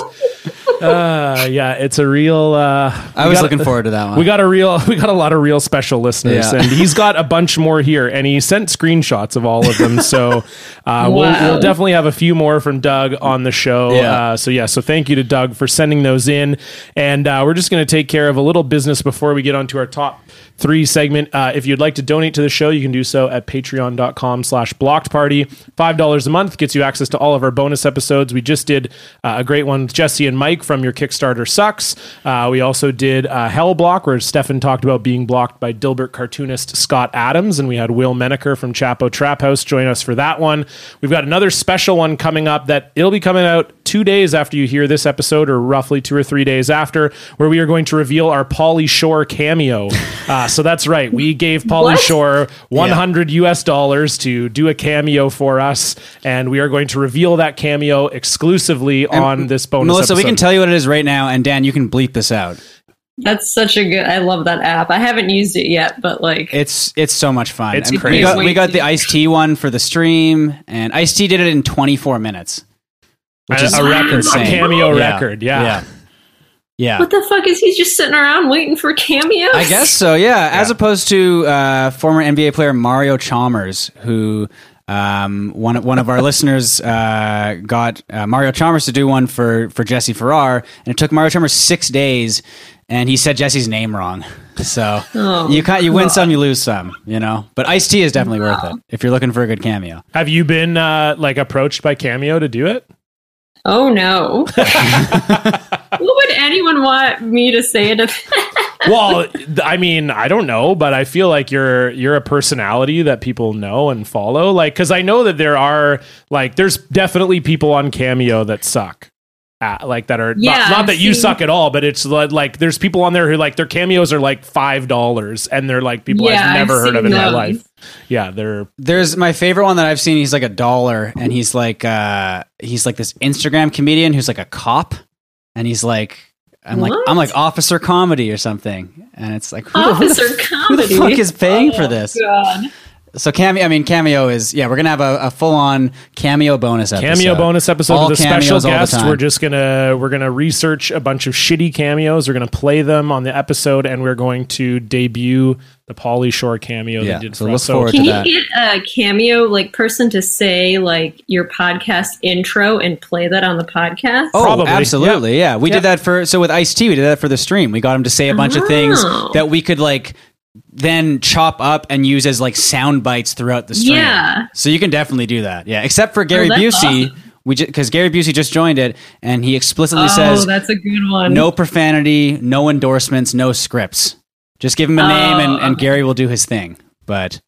A: Uh, yeah, it's a real. Uh,
B: I
A: we
B: was
A: got-
B: looking forward to that one.
A: We got a real, we got a lot of real special listeners,
B: Yeah.
A: and he's got a bunch more here, and he sent screenshots of all of them. So uh, we'll,
C: Wow.
A: we'll definitely have a few more from Doug on the show.
B: Yeah.
A: Uh, so yeah, so thank you to Doug for sending those in, and uh, we're just going to take care of a little business before we get onto our top three segment. Uh, if you'd like to donate to the show, you can do so at patreon.com slash blocked party. Five dollars a month gets you access to all of our bonus episodes. We just did uh, a great one with Jesse and Mike from Your Kickstarter Sucks. Uh, we also did uh, Hell Block, where Stefan talked about being blocked by Dilbert cartoonist Scott Adams, and we had Will Menaker from Chapo Trap House join us for that one. We've got another special one coming up that it'll be coming out two days after you hear this episode, or roughly two or three days after, where we are going to reveal our Polly Shore cameo. Uh, so that's right, we gave Polly
C: What?
A: Shore 100 US dollars to do a cameo for us, and we are going to reveal that cameo exclusively on this bonus.
B: Melissa, we
A: episode.
B: can tell you what it is right now, and Dan, you can bleep this out.
C: That's such a good. I love that app. I haven't used it yet, but like,
B: It's it's so much fun.
A: It's
B: I mean,
A: crazy.
B: We got, we
C: Wait.
B: got the Ice T one for the stream, and Ice T did it in 24 minutes, which
A: A-
B: is
A: a record, a
B: insane.
A: cameo
B: Yeah.
A: record, yeah.
B: Yeah.
C: What the fuck is he just sitting around waiting for cameos?
B: I guess so. Yeah, as opposed to uh, former NBA player Mario Chalmers, who um, one one of our listeners uh, got uh, Mario Chalmers to do one for for Jesse Farrar, and it took Mario Chalmers six days, and he said Jesse's name wrong. So
C: Oh,
B: you ca- you win some, you lose some, you know. But Ice T is definitely worth it if you're looking for a good cameo.
A: Have you been uh, like approached by Cameo to do it?
C: Oh no. what would anyone want me to say to
A: well, th- I mean, I don't know, but I feel like you're you're a personality that people know and follow. Like, because I know that there are like there's definitely people on Cameo that suck. At, like that are not,
C: Yeah,
A: not
C: I've
A: that you
C: seen-
A: suck at all, but it's li- like there's people on there who like their cameos are like five dollars, and they're like people
C: Yeah,
A: I've
C: I've
A: never heard of
C: seen
A: in my
C: those.
A: life. Yeah, they're
B: There's my favorite one that I've seen. He's like a dollar, and he's like uh, he's like this Instagram comedian who's like a cop, and he's like I'm like
C: What?
B: I'm like officer comedy or something, and it's like who, the- who the
C: Officer
B: who the
C: Comedy?
B: fuck is paying for
C: Oh,
B: this?
C: God.
B: So cameo, I mean cameo is yeah. We're gonna have a, a full on cameo bonus episode.
A: cameo bonus episode
B: All
A: with a special
B: cameos all the
A: guest.
B: time.
A: We're just gonna we're gonna research a bunch of shitty cameos. We're gonna play them on the episode, and we're going to debut the Pauly Shore cameo.
B: Yeah,
A: they did
B: so
A: for
B: look
A: us. So
B: forward-
C: Can
B: to
C: you get a cameo like person to say like your podcast intro and play that on the podcast?
B: Oh,
A: Probably,
B: absolutely, yeah. We
A: Yeah.
B: did that for so with Ice T. We did that for the stream. We got him to say a bunch of things
C: Oh.
B: that we could like then chop up and use as like sound bites throughout the stream.
C: Yeah. Oh,
B: So you can definitely do that. Yeah, except for Gary
C: that's
B: Busey. We because Gary Busey just joined it and he explicitly
C: Oh,
B: says
C: that's a good one.
B: no profanity, no endorsements, no scripts. Just give him a name, and,
C: Oh.
B: and Gary will do his thing. But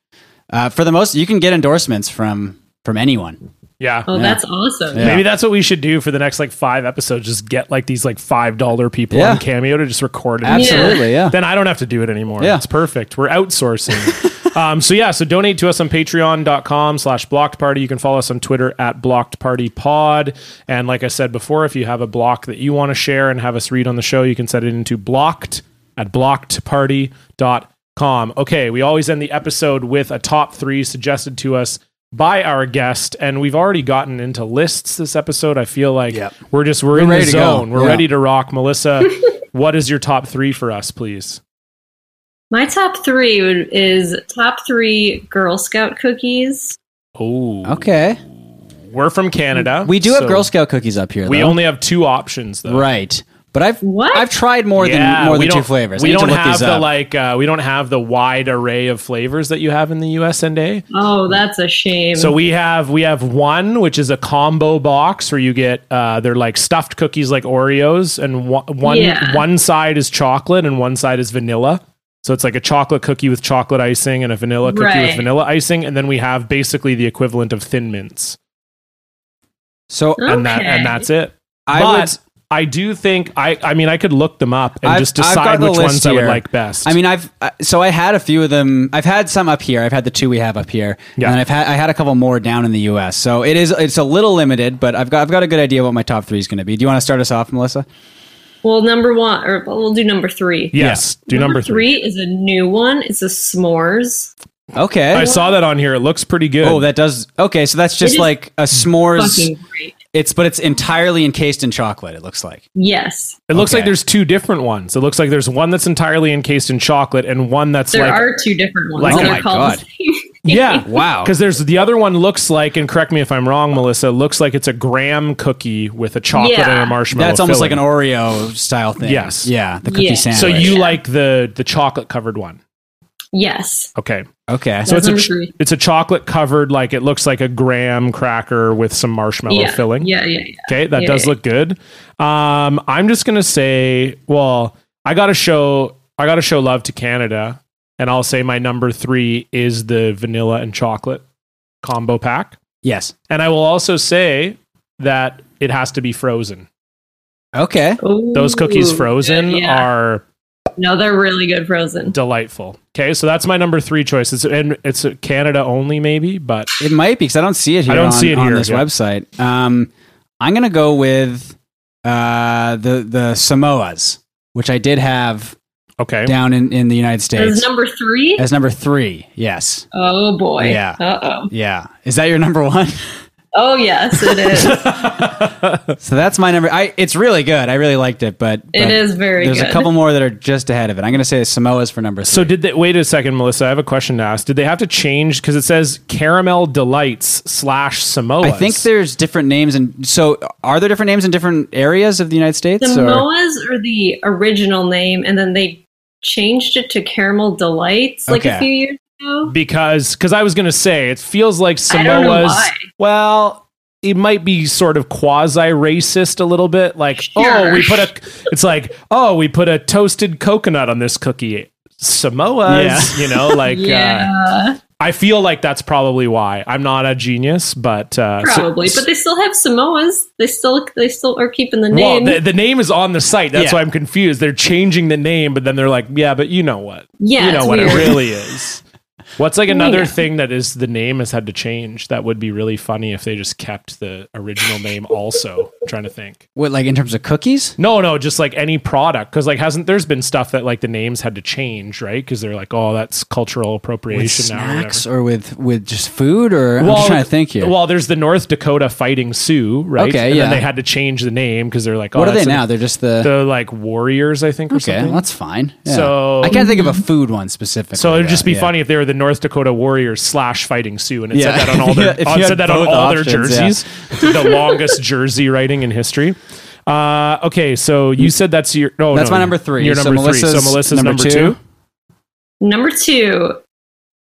B: uh, for the most, you can get endorsements from from anyone.
A: yeah.
C: Oh, that's awesome.
B: Yeah.
A: Maybe that's what we should do for the next like five episodes. Just get like these like five dollar people
B: Yeah.
A: on Cameo to just record it.
B: Absolutely, yeah.
A: Then I don't have to do it anymore.
B: Yeah.
A: It's perfect. We're outsourcing. um, so yeah, so donate to us on patreon.com slash blocked party. You can follow us on Twitter at blocked party pod. And like I said before, if you have a block that you want to share and have us read on the show, you can set it into blocked at blockedparty.com. Okay, we always end the episode with a top three suggested to us by our guest, and we've already gotten into lists this episode. I feel like
B: Yep.
A: we're just we're, in
B: ready
A: the
B: to go.
A: zone. We're
B: Yeah.
A: ready to rock. Melissa, what is your top three for us, please?
C: My top three would- is top three Girl Scout cookies.
A: Oh,
B: Okay,
A: We're from Canada.
B: we do have
A: so
B: Girl Scout cookies up here.
A: We
B: though.
A: only have two options, though.
B: right, but I've
C: What?
B: I've tried more
A: Yeah,
B: than more
A: we
B: than two
A: don't-
B: flavors. I
A: We
B: need
A: don't
B: to look
A: have
B: these
A: the
B: up.
A: like. Uh, we don't have the wide array of flavors that you have in the U.S. and A.
C: Oh, that's a shame.
A: So we have we have one which is a combo box where you get uh, they're like stuffed cookies like Oreos and one one
C: Yeah.
A: one side is chocolate and one side is vanilla. So it's like a chocolate cookie with chocolate icing and a vanilla cookie with
C: Right.
A: vanilla icing, and then we have basically the equivalent of thin mints,
B: so
C: Huh?
A: and that and
C: Okay.
A: that's it.
B: I
A: but
B: would.
A: I do think I I mean I could look them up and
B: I've-
A: just
B: I've got
A: decide
B: the
A: which
B: list
A: ones I would
B: here.
A: like best.
B: I mean, I've uh, so I had a few of them. I've had some up here. I've had the two we have up here,
A: Yeah.
B: and then I've had I had a couple more down in the U.S. So it is it's a little limited, but I've got I've got a good idea what my top three is going to be. Do you want to start us off, Melissa?
C: well, number one, or well, we'll do number three.
A: yes, do number three.
C: three is a new one. It's a s'mores.
B: Okay.
A: I saw that on here. It looks pretty good.
B: Oh, that does. Okay, so that's just
C: is
B: like a s'mores.
C: Fucking great.
B: It's but it's entirely encased in chocolate. It looks like.
C: Yes,
A: It looks like
B: Okay.
A: there's two different ones. It looks like there's one that's entirely encased in chocolate and one that's
C: there
A: like
C: are two different ones.
A: like-
C: and
A: Oh
C: they're
B: my
C: called
B: God.
C: the same.
A: yeah,
B: Wow.
A: Because there's the other one looks like, and correct me if I'm wrong, Melissa. Looks like it's a graham cookie with a chocolate
C: Yeah.
A: and a marshmallow.
B: That's almost like
A: filling.
B: an Oreo style thing.
A: Yes.
B: Yeah. The cookie
C: Yeah.
B: sandwich.
A: So you
C: Yeah.
A: like the the chocolate covered one?
C: Yes.
A: Okay,
B: okay?
A: so it's
C: That's number
A: a ch-
C: three.
A: it's a chocolate covered like it looks like a graham cracker with some marshmallow
C: yeah.
A: filling.
C: Yeah, yeah, yeah.
A: Okay, that
C: Yeah,
A: does
C: yeah.
A: look good. Um, I'm just gonna say, well, I gotta show, I gotta show love to Canada, and I'll say my number three is the vanilla and chocolate combo pack,
B: yes.
A: and I will also say that it has to be frozen.
B: Okay.
A: Those cookies
C: Ooh,
A: frozen
C: good, yeah.
A: are
C: no, they're really good frozen.
A: delightful. Okay, so that's my number three choice. It's and it's Canada only, maybe, but
B: It might be because I don't see it here.
A: I don't
B: on,
A: see it
B: on
A: here,
B: this
A: yeah.
B: website. Um, I'm gonna go with uh the the Samoa's, which I did have
A: okay.
B: down in in the United
C: That's
B: States
C: number three.
B: as number three. Yes.
C: Oh boy.
B: Yeah.
C: Uh oh.
B: Yeah. Is that your number one?
C: Oh yes, it is.
B: So that's my number. I it's really good. I really liked it, but
C: It
B: but
C: is very
B: There's
C: good.
B: a couple more that are just ahead of it. I'm gonna say Samoa's for number. Three.
A: So did they? Wait a second, Melissa. I have a question to ask. Did they have to change because it says caramel delights slash Samoa?
B: I think there's different names, and so are there different names in different areas of the United States? or-
C: Samoas are the original name, and then they changed it to Caramel Delights like
B: Okay.
C: a few years ago.
A: because because I was gonna say it feels like
C: I don't know
A: Samoa's.
C: why.
A: Well, it might be sort of quasi racist a little bit. Like oh,
C: Sure.
A: we put a. It's like oh, we put a toasted coconut on this cookie. Samoa's,
B: Yeah.
A: you know, like uh,
C: yeah,
A: I feel like that's probably why. I'm not a genius, but uh, so-
C: probably. but they still have Samoas. They still they still are keeping the
A: Well,
C: name.
A: the, the name is on the site. That's
B: Yeah.
A: why I'm confused. They're changing the name, but then they're like, yeah, but you know what?
C: yeah,
A: you know
C: it's
A: what it
C: weird.
A: really is. What's like another
C: Yeah.
A: thing that is the name has had to change? That would be really funny if they just kept the original name. Also, I'm trying to think.
B: what like in terms of cookies?
A: No, no, just like any product, because like hasn't there's been stuff that like the names had to change, right? Because they're like, oh, that's cultural
B: With
A: appropriation now. or whatever.
B: snacks or with with just food or I'm just trying to think here.
A: Well, there's the North Dakota Fighting Sioux, right?
B: Okay,
A: and
B: yeah.
A: Then they had to change the name because they're like, oh,
B: what are they
A: that's a-
B: now? They're just the,
A: the like warriors, I think, or
B: okay.
A: something.
B: That's fine. Yeah.
A: So-
B: I can't think of a food one specifically.
A: so it would just
B: though,
A: be
B: yeah.
A: funny if they were the North Dakota Warriors slash Fighting Sioux, and it
B: Yeah.
A: said that on all their
B: If you
A: on-
B: had
A: said that on
B: both
A: all their
B: options, yeah.
A: jerseys, the longest jersey writing in history. Uh, okay, so you said that's your no,
B: That's
A: no,
B: my number three.
A: Your
B: So
A: number three. So
B: Melissa's
A: Melissa's number,
B: number
A: two.
B: two.
C: Number two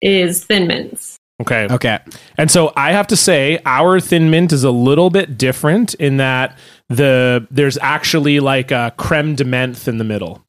C: is Thin Mints.
A: Okay,
B: Okay.
A: And so I have to say our thin mint is a little bit different in that the there's actually like a creme de menthe in the middle.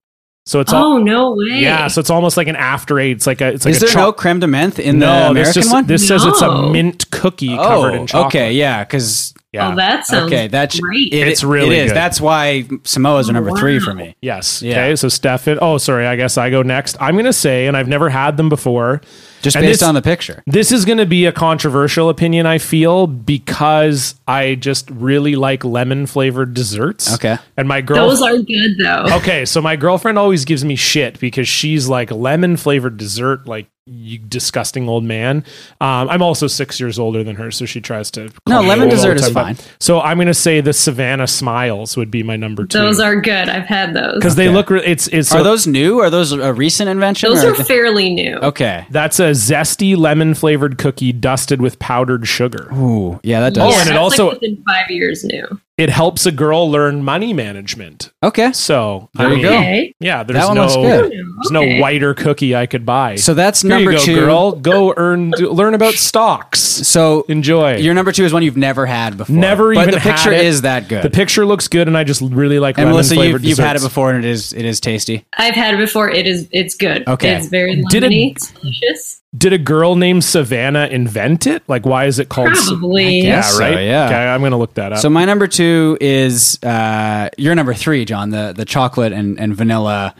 A: So it's all
C: oh no way!
A: yeah, so it's almost like an after eight. It's like a it's like
B: Is
A: a
B: there
A: cho-
B: no creme de menthe in the
A: no,
B: American
A: this just
B: one?
A: this says it's a
C: No.
A: mint cookie covered in
B: oh,
A: chocolate.
B: okay, yeah, because
A: Yeah.
C: Oh, that sounds
B: okay, that's
C: great.
B: it-
A: It's really
B: it is.
A: good.
B: That's why Samoa's are number three for me.
A: yes.
B: Yeah.
A: Okay. So Stefan. Oh, sorry. I guess I go next. I'm gonna say, and I've never had them before.
B: Just
A: And
B: based
A: this-
B: on the picture.
A: This is going to be a controversial opinion, I feel, because I just really like lemon flavored desserts.
B: Okay.
A: And my girl.
C: Those are good though.
A: okay, so my girlfriend always gives me shit because she's like lemon flavored dessert, like you disgusting old man. Um, I'm also six years older than her, so she tries to.
B: No,
A: call me
B: lemon
A: old all
B: dessert
A: the
B: is
A: time, but-
B: fine.
A: So I'm going to say the Savannah Smiles would be my number two.
C: Those are good. I've had those.
A: because they
B: Okay.
A: look. Re- it's it's so
B: are those new? Are those a recent invention?
C: Those
B: or
C: are fairly new.
B: okay.
A: that's a zesty lemon flavored cookie dusted with powdered sugar.
B: Ooh, yeah, that
A: Oh,
B: does.
A: and it
C: that's
A: also-
C: like within five years new.
A: It helps a girl learn money management.
B: Okay,
A: So
B: There
A: I
B: you
A: mean,
B: go.
C: Okay.
A: Yeah, there's
B: that one
A: no
B: looks good.
A: there's no whiter cookie I could buy.
B: So that's
A: Here
B: number
A: you go,
B: two.
A: girl. Go earn do, learn about stocks.
B: So
A: Enjoy.
B: your number two is one you've never had before.
A: Never
B: but
A: even
B: the picture
A: had it.
B: is that good.
A: the picture looks good, and I just really like
B: and
A: lemon
B: Melissa,
A: flavored
B: you've, you've had it
A: desserts.
B: before, and it is it is tasty.
C: I've had it before. It is. It's good.
B: Okay.
C: It's very
A: Did it-
C: lemony. It's delicious.
A: Did a girl named Savannah invent it? Like, why is it called? Sa-
C: Probably.
A: yeah, right.
B: guess so, uh, yeah.
A: Okay, I'm gonna look that up.
B: So my number two is uh, your number three, John. The the chocolate and, and vanilla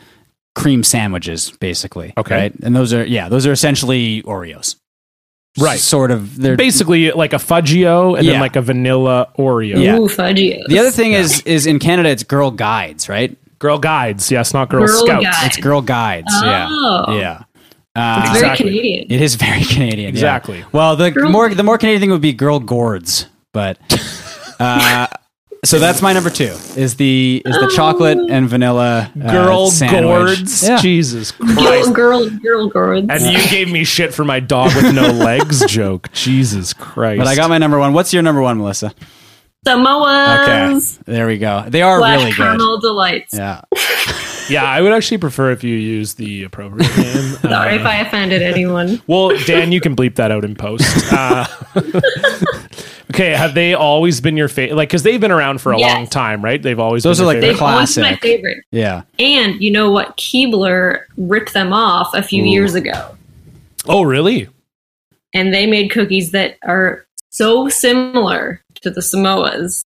B: cream sandwiches, basically.
A: Okay.
B: right? and those are yeah, those are essentially Oreos.
A: Right.
B: sort of. They're
A: Basically, like a Fudgio and
B: Yeah.
A: then like a vanilla Oreo.
B: Yeah.
C: Ooh, fudgies.
B: the other thing is is in Canada, it's Girl Guides, right?
A: Girl guides, yes, not Girl,
C: Girl
A: Scouts.
C: Guide.
B: It's Girl Guides.
C: Oh.
B: Yeah, yeah. Uh,
C: It's very
A: Exactly.
C: Canadian.
B: it is very Canadian. yeah.
A: Exactly.
B: Well, the
C: Girl-
B: more the more Canadian thing would be Girl Gourds, but. Uh, So that's my number two is the is the chocolate
C: Oh.
B: and vanilla uh,
A: Girl
B: sandwich.
A: gourds.
B: Yeah.
A: Jesus
C: Girl,
A: Christ.
C: girl, girl, girl.
A: And you gave me shit for my dog with no legs joke. Jesus Christ.
B: But I got my number one. What's your number one, Melissa?
C: Samoas.
B: There we go. They are
C: Black
B: really good.
C: caramel delights.
B: Yeah.
A: Yeah, I would actually prefer if you use the appropriate name.
C: Sorry
A: Uh,
C: if I offended anyone.
A: well, Dan, you can bleep that out in post. Uh, okay, have they always been your favorite? Like, because they've been around for a
C: Yes.
A: long time, right? They've always
B: Those
A: been
B: are
A: your
B: like the
C: They've
A: favorite.
C: always been my
B: Classic.
C: favorite.
B: Yeah.
C: And you know what? Keebler ripped them off a few years ago.
A: oh, really?
C: and they made cookies that are so similar to the Samoas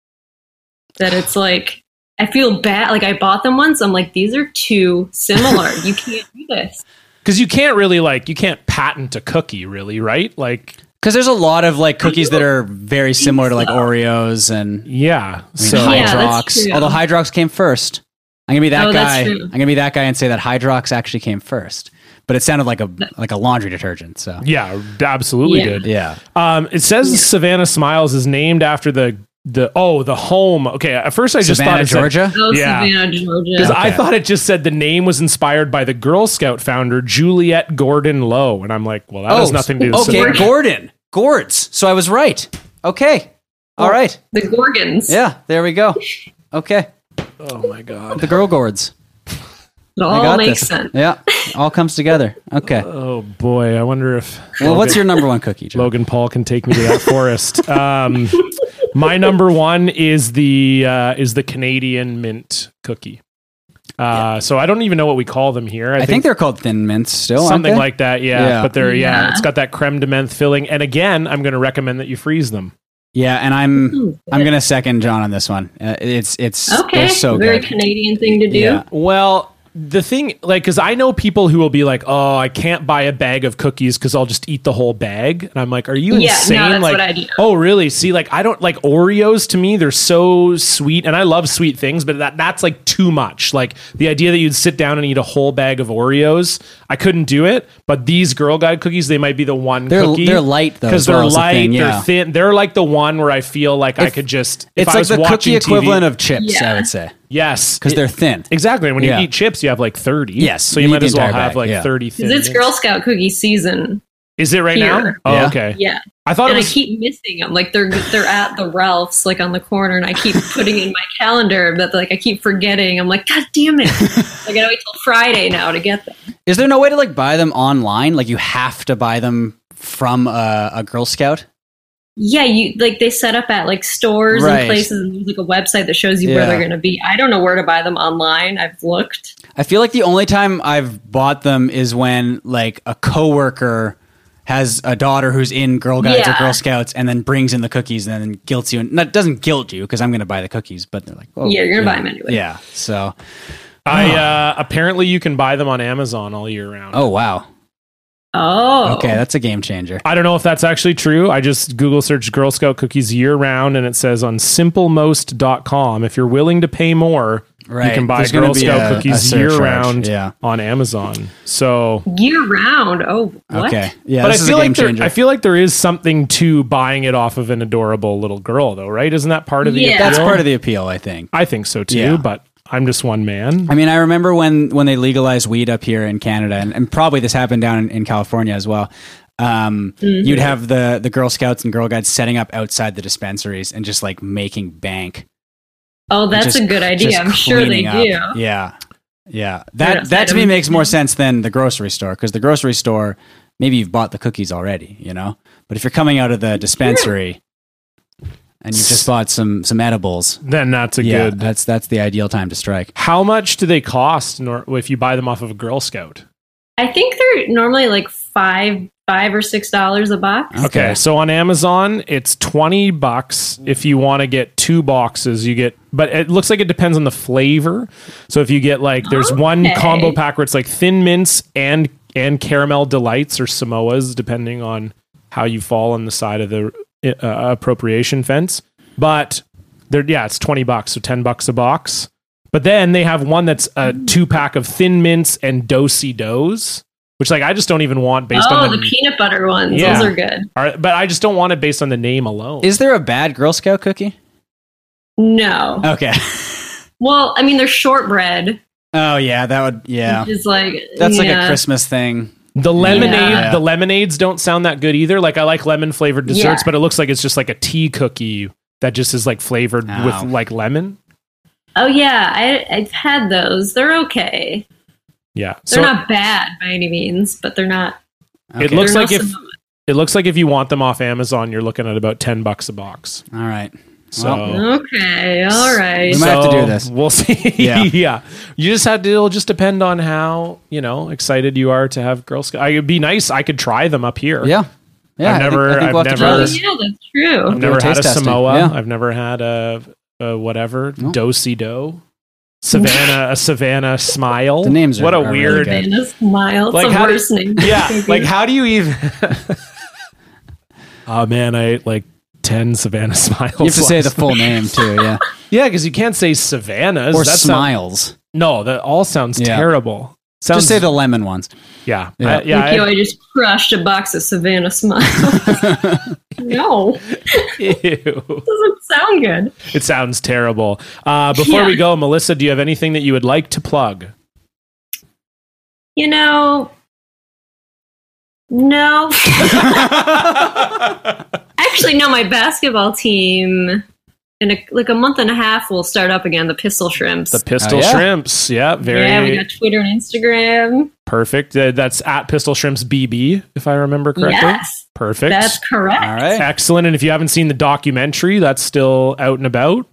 C: that it's like I feel bad. Like I bought them once. I'm like, these are too similar. you can't do this.
A: Because you can't really like you can't patent a cookie, really, right? Like,
B: Because there's a lot of like cookies that are very similar to like Oreos and
A: yeah.
B: I mean,
A: So
C: Yeah, that's
B: Hydrox.
C: true.
B: Although Hydrox came first. I'm gonna be that
C: Oh, that's
B: guy.
C: true.
B: I'm gonna be that guy and say that Hydrox actually came first. but it sounded like a like a laundry detergent. So
A: Yeah, absolutely
C: Yeah.
A: did.
B: yeah,
A: Um, it says Savannah Smiles is named after the the oh the home. Okay, at first I just thought
B: Savannah,
A: it said-
B: Georgia.
C: Oh,
A: Yeah.
C: Savannah,
A: Because
C: Georgia.
A: I
B: Okay.
A: thought it just said the name was inspired by the Girl Scout founder Juliet Gordon Lowe, and I'm like, well, that has nothing to do. with
B: Oh, okay,
A: Savannah.
B: Gordon, Gourds. So I was right. Okay, all right.
C: The Gorgons.
B: Yeah, there we go. Okay,
A: Oh my god.
B: the girl Gourds.
C: It
B: I
C: all
B: got
C: makes
B: this.
C: sense.
B: Yeah, all comes together. Okay.
A: Oh boy, I wonder if
B: Well, what's your number one cookie? Joe?
A: Logan Paul can take me to that forest. Um, my number one is the uh, is the Canadian mint cookie. Uh, So I don't even know what we call them here. I,
B: I think they're called Thin Mints still. aren't
A: something
B: they?
A: like that. Yeah,
B: Yeah.
A: but they're yeah,
C: Yeah.
A: it's got that creme de menthe filling. And again, I'm going to recommend that you freeze them.
B: yeah. And I'm
C: Hmm.
B: I'm gonna second John on this one. Uh, it's it's
C: Okay.
B: they're so
C: Very
B: good.
C: Canadian thing to do.
B: Yeah.
A: Well, the thing, like, because I know people who will be like, "Oh, I can't buy a bag of cookies because I'll just eat the whole bag," and I'm like, "Are you
C: Yeah, no,
A: insane?"
C: that's
A: like,
C: what I do.
A: oh, really? See, like, I don't like Oreos. To me, they're so sweet, and I love sweet things, but that that's like too much. Like the idea that you'd sit down and eat a whole bag of Oreos, I couldn't do it. But these Girl Guide cookies, they might be the one
B: They're-
A: cookie.
B: they're light, though,
A: because
B: as well,
A: they're
B: is the
A: light,
B: thing,
A: they're
B: yeah.
A: thin. They're like the one where I feel like I
B: If-
A: could just. if
B: It's
A: I
B: like
A: was
B: the
A: watching
B: cookie equivalent
A: TV,
B: of chips. I
C: Yeah.
B: would say
A: yes,
B: because
A: it-
B: they're thin.
A: Exactly. And when
B: Yeah.
A: you eat chips, you have like 30.
B: Yes,
A: So you,
B: you eat
A: might
B: the
A: as well
B: entire
A: have
B: bag,
A: like
B: yeah.
A: 30
C: Because
A: thin
C: it's Girl Scout cookie season.
A: Is it right now?
C: here.
A: Oh,
B: Yeah.
A: okay.
C: Yeah.
A: I thought
C: and
A: it
C: I
A: was.
C: keep missing them. Like they're they're at the Ralphs, like on the corner, and I keep putting in my calendar, but like I keep forgetting. I'm like, God damn it! I gotta wait till Friday now to get them.
B: Is there no way to like buy them online? Like you have to buy them from a, a Girl Scout.
C: Yeah, you like they set up at like stores
B: Right.
C: and places, and there's like a website that shows you
B: Yeah.
C: where they're gonna be. I don't know where to buy them online. I've looked.
B: I feel like the only time I've bought them is when like a coworker has a daughter who's in Girl Guides or
C: Yeah.
B: Girl Scouts, and then brings in the cookies, and then guilts you. And not doesn't guilt you because I'm going to buy the cookies, but they're like, oh,
C: Yeah, you're gonna
B: you
C: buy
B: know.
C: 'em anyway.
B: Yeah. So,
A: I uh, apparently you can buy them on Amazon all year round.
B: oh wow,
C: Oh,
B: okay, that's a game changer.
A: I don't know if that's actually true. I just Google searched Girl Scout cookies year round, and it says on simplemost.com if you're willing to pay more,
B: Right.
A: you can buy
B: There's gonna
A: Girl
B: be
A: Scout
B: a- a
A: cookies year
B: surcharge.
A: round
B: Yeah.
A: on Amazon. So
C: year round. Oh, what?
B: Okay. Yeah,
A: but I
B: this is
A: feel
B: a game
A: like there,
B: changer.
A: I feel like there is something to buying it off of an adorable little girl, though, right? Isn't that part of the
C: Yeah.
B: that's
A: appeal?
B: part of the appeal, I think.
A: I think so too,
B: Yeah.
A: but I'm just one man.
B: I mean, I remember when when they legalized weed up here in Canada, and, and probably this happened down in, in California as well. Um, You'd have the the Girl Scouts and Girl Guides setting up outside the dispensaries and just like making bank.
C: Oh, that's
B: Just-
C: a good idea.
B: just
C: I'm sure they
B: cleaning up.
C: do.
B: Yeah, yeah.
C: Right
B: That that to
C: outside
B: me
C: of-
B: makes more sense than the grocery store because the grocery store maybe you've bought the cookies already, you know. But if you're coming out of the dispensary and you just bought some some edibles,
A: Then that's a
B: yeah,
A: good.
B: that's that's the ideal time to strike.
A: How much do they cost nor, if you buy them off of a Girl Scout?
C: I think they're normally like five, five or six dollars a box.
A: Okay, so on Amazon it's twenty bucks if you want to get two boxes. You get, but it looks like it depends on the flavor. So if you get like, there's one
C: Okay.
A: combo pack where it's like thin mints and and caramel delights or Samoas, depending on how you fall on the side of the uh, appropriation fence. But they're yeah, it's twenty bucks, so ten bucks a box. But then they have one that's a two pack of thin mints and dosey does, which like I just don't even want based
C: oh,
A: on
C: the peanut butter ones.
A: Yeah.
C: Those are good.
A: Are, but I just don't want it based on the name alone.
B: Is there a bad Girl Scout cookie?
C: No.
B: Okay.
C: Well, I mean, they're shortbread.
B: Oh yeah, that would yeah.
C: Which is like
B: That's like a
C: yeah.
B: Christmas thing.
A: the lemonade,
B: Yeah.
A: the lemonades don't sound that good either. Like I like lemon flavored desserts,
C: Yeah.
A: but it looks like it's just like a tea cookie that just is like flavored
B: Oh.
A: with like lemon.
C: Oh yeah, I, I've had those. They're okay.
A: Yeah.
C: They're
A: so
C: not bad by any means, but they're not.
A: it
B: Okay.
A: looks
C: They're
A: like
C: not
A: if it looks like if you want them off Amazon, you're looking at about ten bucks a box.
B: All right.
A: So
B: Well,
C: Okay, all right.
B: We might have
A: So,
B: to do this.
A: We'll see. Yeah.
B: Yeah.
A: You just had to it'll just depend on how, you know, excited you are to have Girl Scout. I it'd be nice. I could try them up here.
B: yeah. Yeah.
A: I've never- I've
B: we'll have to
A: never-
B: try
C: Oh
B: this.
C: yeah, that's true.
A: I've
B: Do a
A: never had
B: taste
A: a
B: testing,
A: Samoa.
B: yeah.
A: I've never had a, a whatever
B: No.
A: do si do. Savannah, a Savannah smile.
B: The names are-
A: what a
B: are really
A: weird.
B: good.
C: And a smile. It's
A: Like,
C: the
A: how do-
C: worst name.
A: yeah, like how do you even?
B: Ah,
A: oh man, I ate like ten Savannah smiles.
B: You have to say
A: last
B: the full name too, yeah.
A: night. yeah, because you can't say Savannahs
B: Or
A: That sound-
B: smiles.
A: no, that all sounds
B: Yeah.
A: terrible. Sounds,
B: Just say the lemon ones.
A: yeah,
B: Yeah.
A: I, yeah.
C: Like, yo,
A: I-
C: I just crushed a box of Savannah Smiles. no,
A: ew.
C: doesn't sound good.
A: It sounds terrible. Uh, before
C: Yeah.
A: we go, Melissa, do you have anything that you would like to plug?
C: You know, no. Actually, no. My basketball team in a, like a month and a half will start up again. The Pistol Shrimps.
A: The Pistol
B: Oh, yeah.
A: Shrimps. Yeah, very
C: yeah, we got Twitter and Instagram.
A: perfect. Uh, that's at Pistol Shrimps BB, if I remember correctly.
C: Yes,
A: Perfect.
C: that's correct.
B: All right.
A: Excellent. And if you haven't seen the documentary, that's still out and about.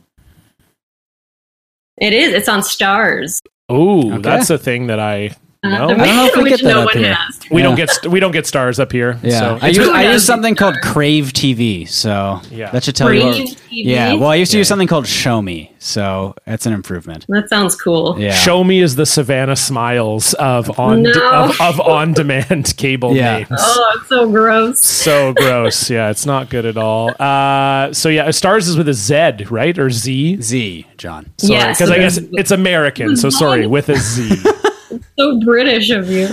C: It is. It's on Stars,
A: Oh,
B: Okay.
A: that's a thing that I
C: uh,
A: No. I
B: don't know if we
C: which
B: get that
C: no
B: up
C: one
B: here.
C: has.
A: we don't
B: Yeah.
A: get st- we don't get stars up here.
B: Yeah,
A: So
B: I
A: it's-
B: use
C: Who
B: I
C: knows?
B: use something called Crave TV, so
A: Yeah.
B: that should tell you.
C: Brave
B: what-
C: TV?
B: Yeah, well, I used to
A: Yeah.
B: use something called Show Me, so that's an improvement.
C: that sounds cool.
B: Yeah,
A: Show me is the Savannah Smiles of on
C: No.
A: of, of on demand cable
B: Yeah.
A: names.
C: Oh, it's so gross.
A: So gross. Yeah, it's not good at all. Uh, so yeah, stars is with a Z, right? Or Z?
B: Z John.
A: Sorry,
C: Yeah,
A: because
C: so
A: I guess
C: there's-
A: it's American. So sorry, with a Z.
C: So British of you.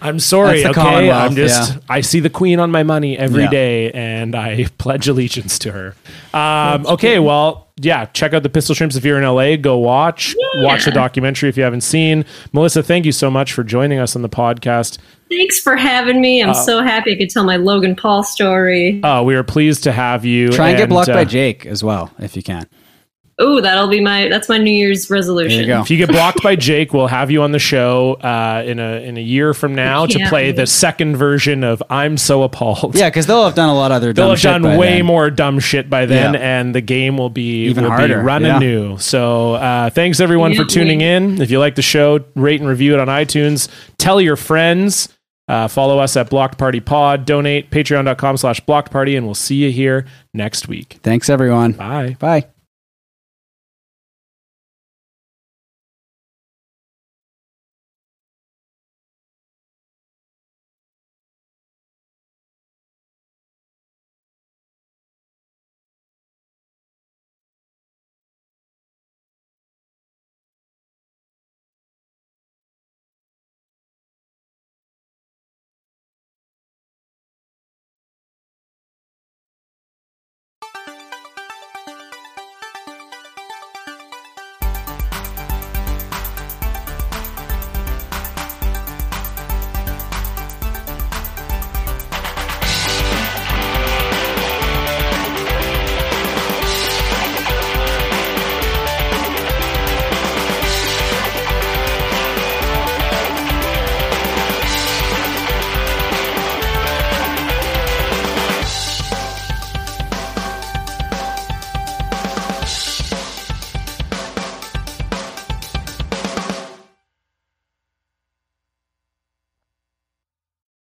A: I'm sorry.
B: That's the
A: Okay,
B: Commonwealth,
A: I'm just
B: yeah.
A: I see the Queen on my money every
B: Yeah.
A: day, and I pledge allegiance to her. Um, okay, well, yeah, check out the Pistol Shrimps if you're in LA. Go watch watch the documentary if you haven't seen. Melissa, thank you so much for joining us on the podcast.
C: Thanks for having me.
B: Uh,
C: I'm so happy I could tell my Logan Paul story.
A: Uh, we are pleased to have you.
B: Try and, get blocked
A: uh,
B: by Jake as well if you can.
C: Ooh, that'll be my that's my New Year's resolution.
B: There you go.
A: If you get blocked by Jake, we'll have you on the show uh, in a in a year from now to
C: can't
A: play the
C: wait.
A: second version of "I'm So Appalled."
B: Yeah, because they'll have done a lot of other.
A: They'll
B: dumb
A: have
B: shit
A: done
B: by
A: way
B: then.
A: more dumb shit by then,
B: Yeah.
A: and the game will be
B: Even
A: will
B: harder,
A: Be run
B: yeah.
A: anew. So, uh, thanks everyone for
C: Can't
A: tuning
C: wait.
A: in. If you like the show, rate and review it on iTunes. Tell your friends. Uh, follow us at Blocked Party Pod. Donate patreon.com slash blocked party, and we'll see you here next week.
B: Thanks, everyone.
A: Bye.
B: Bye.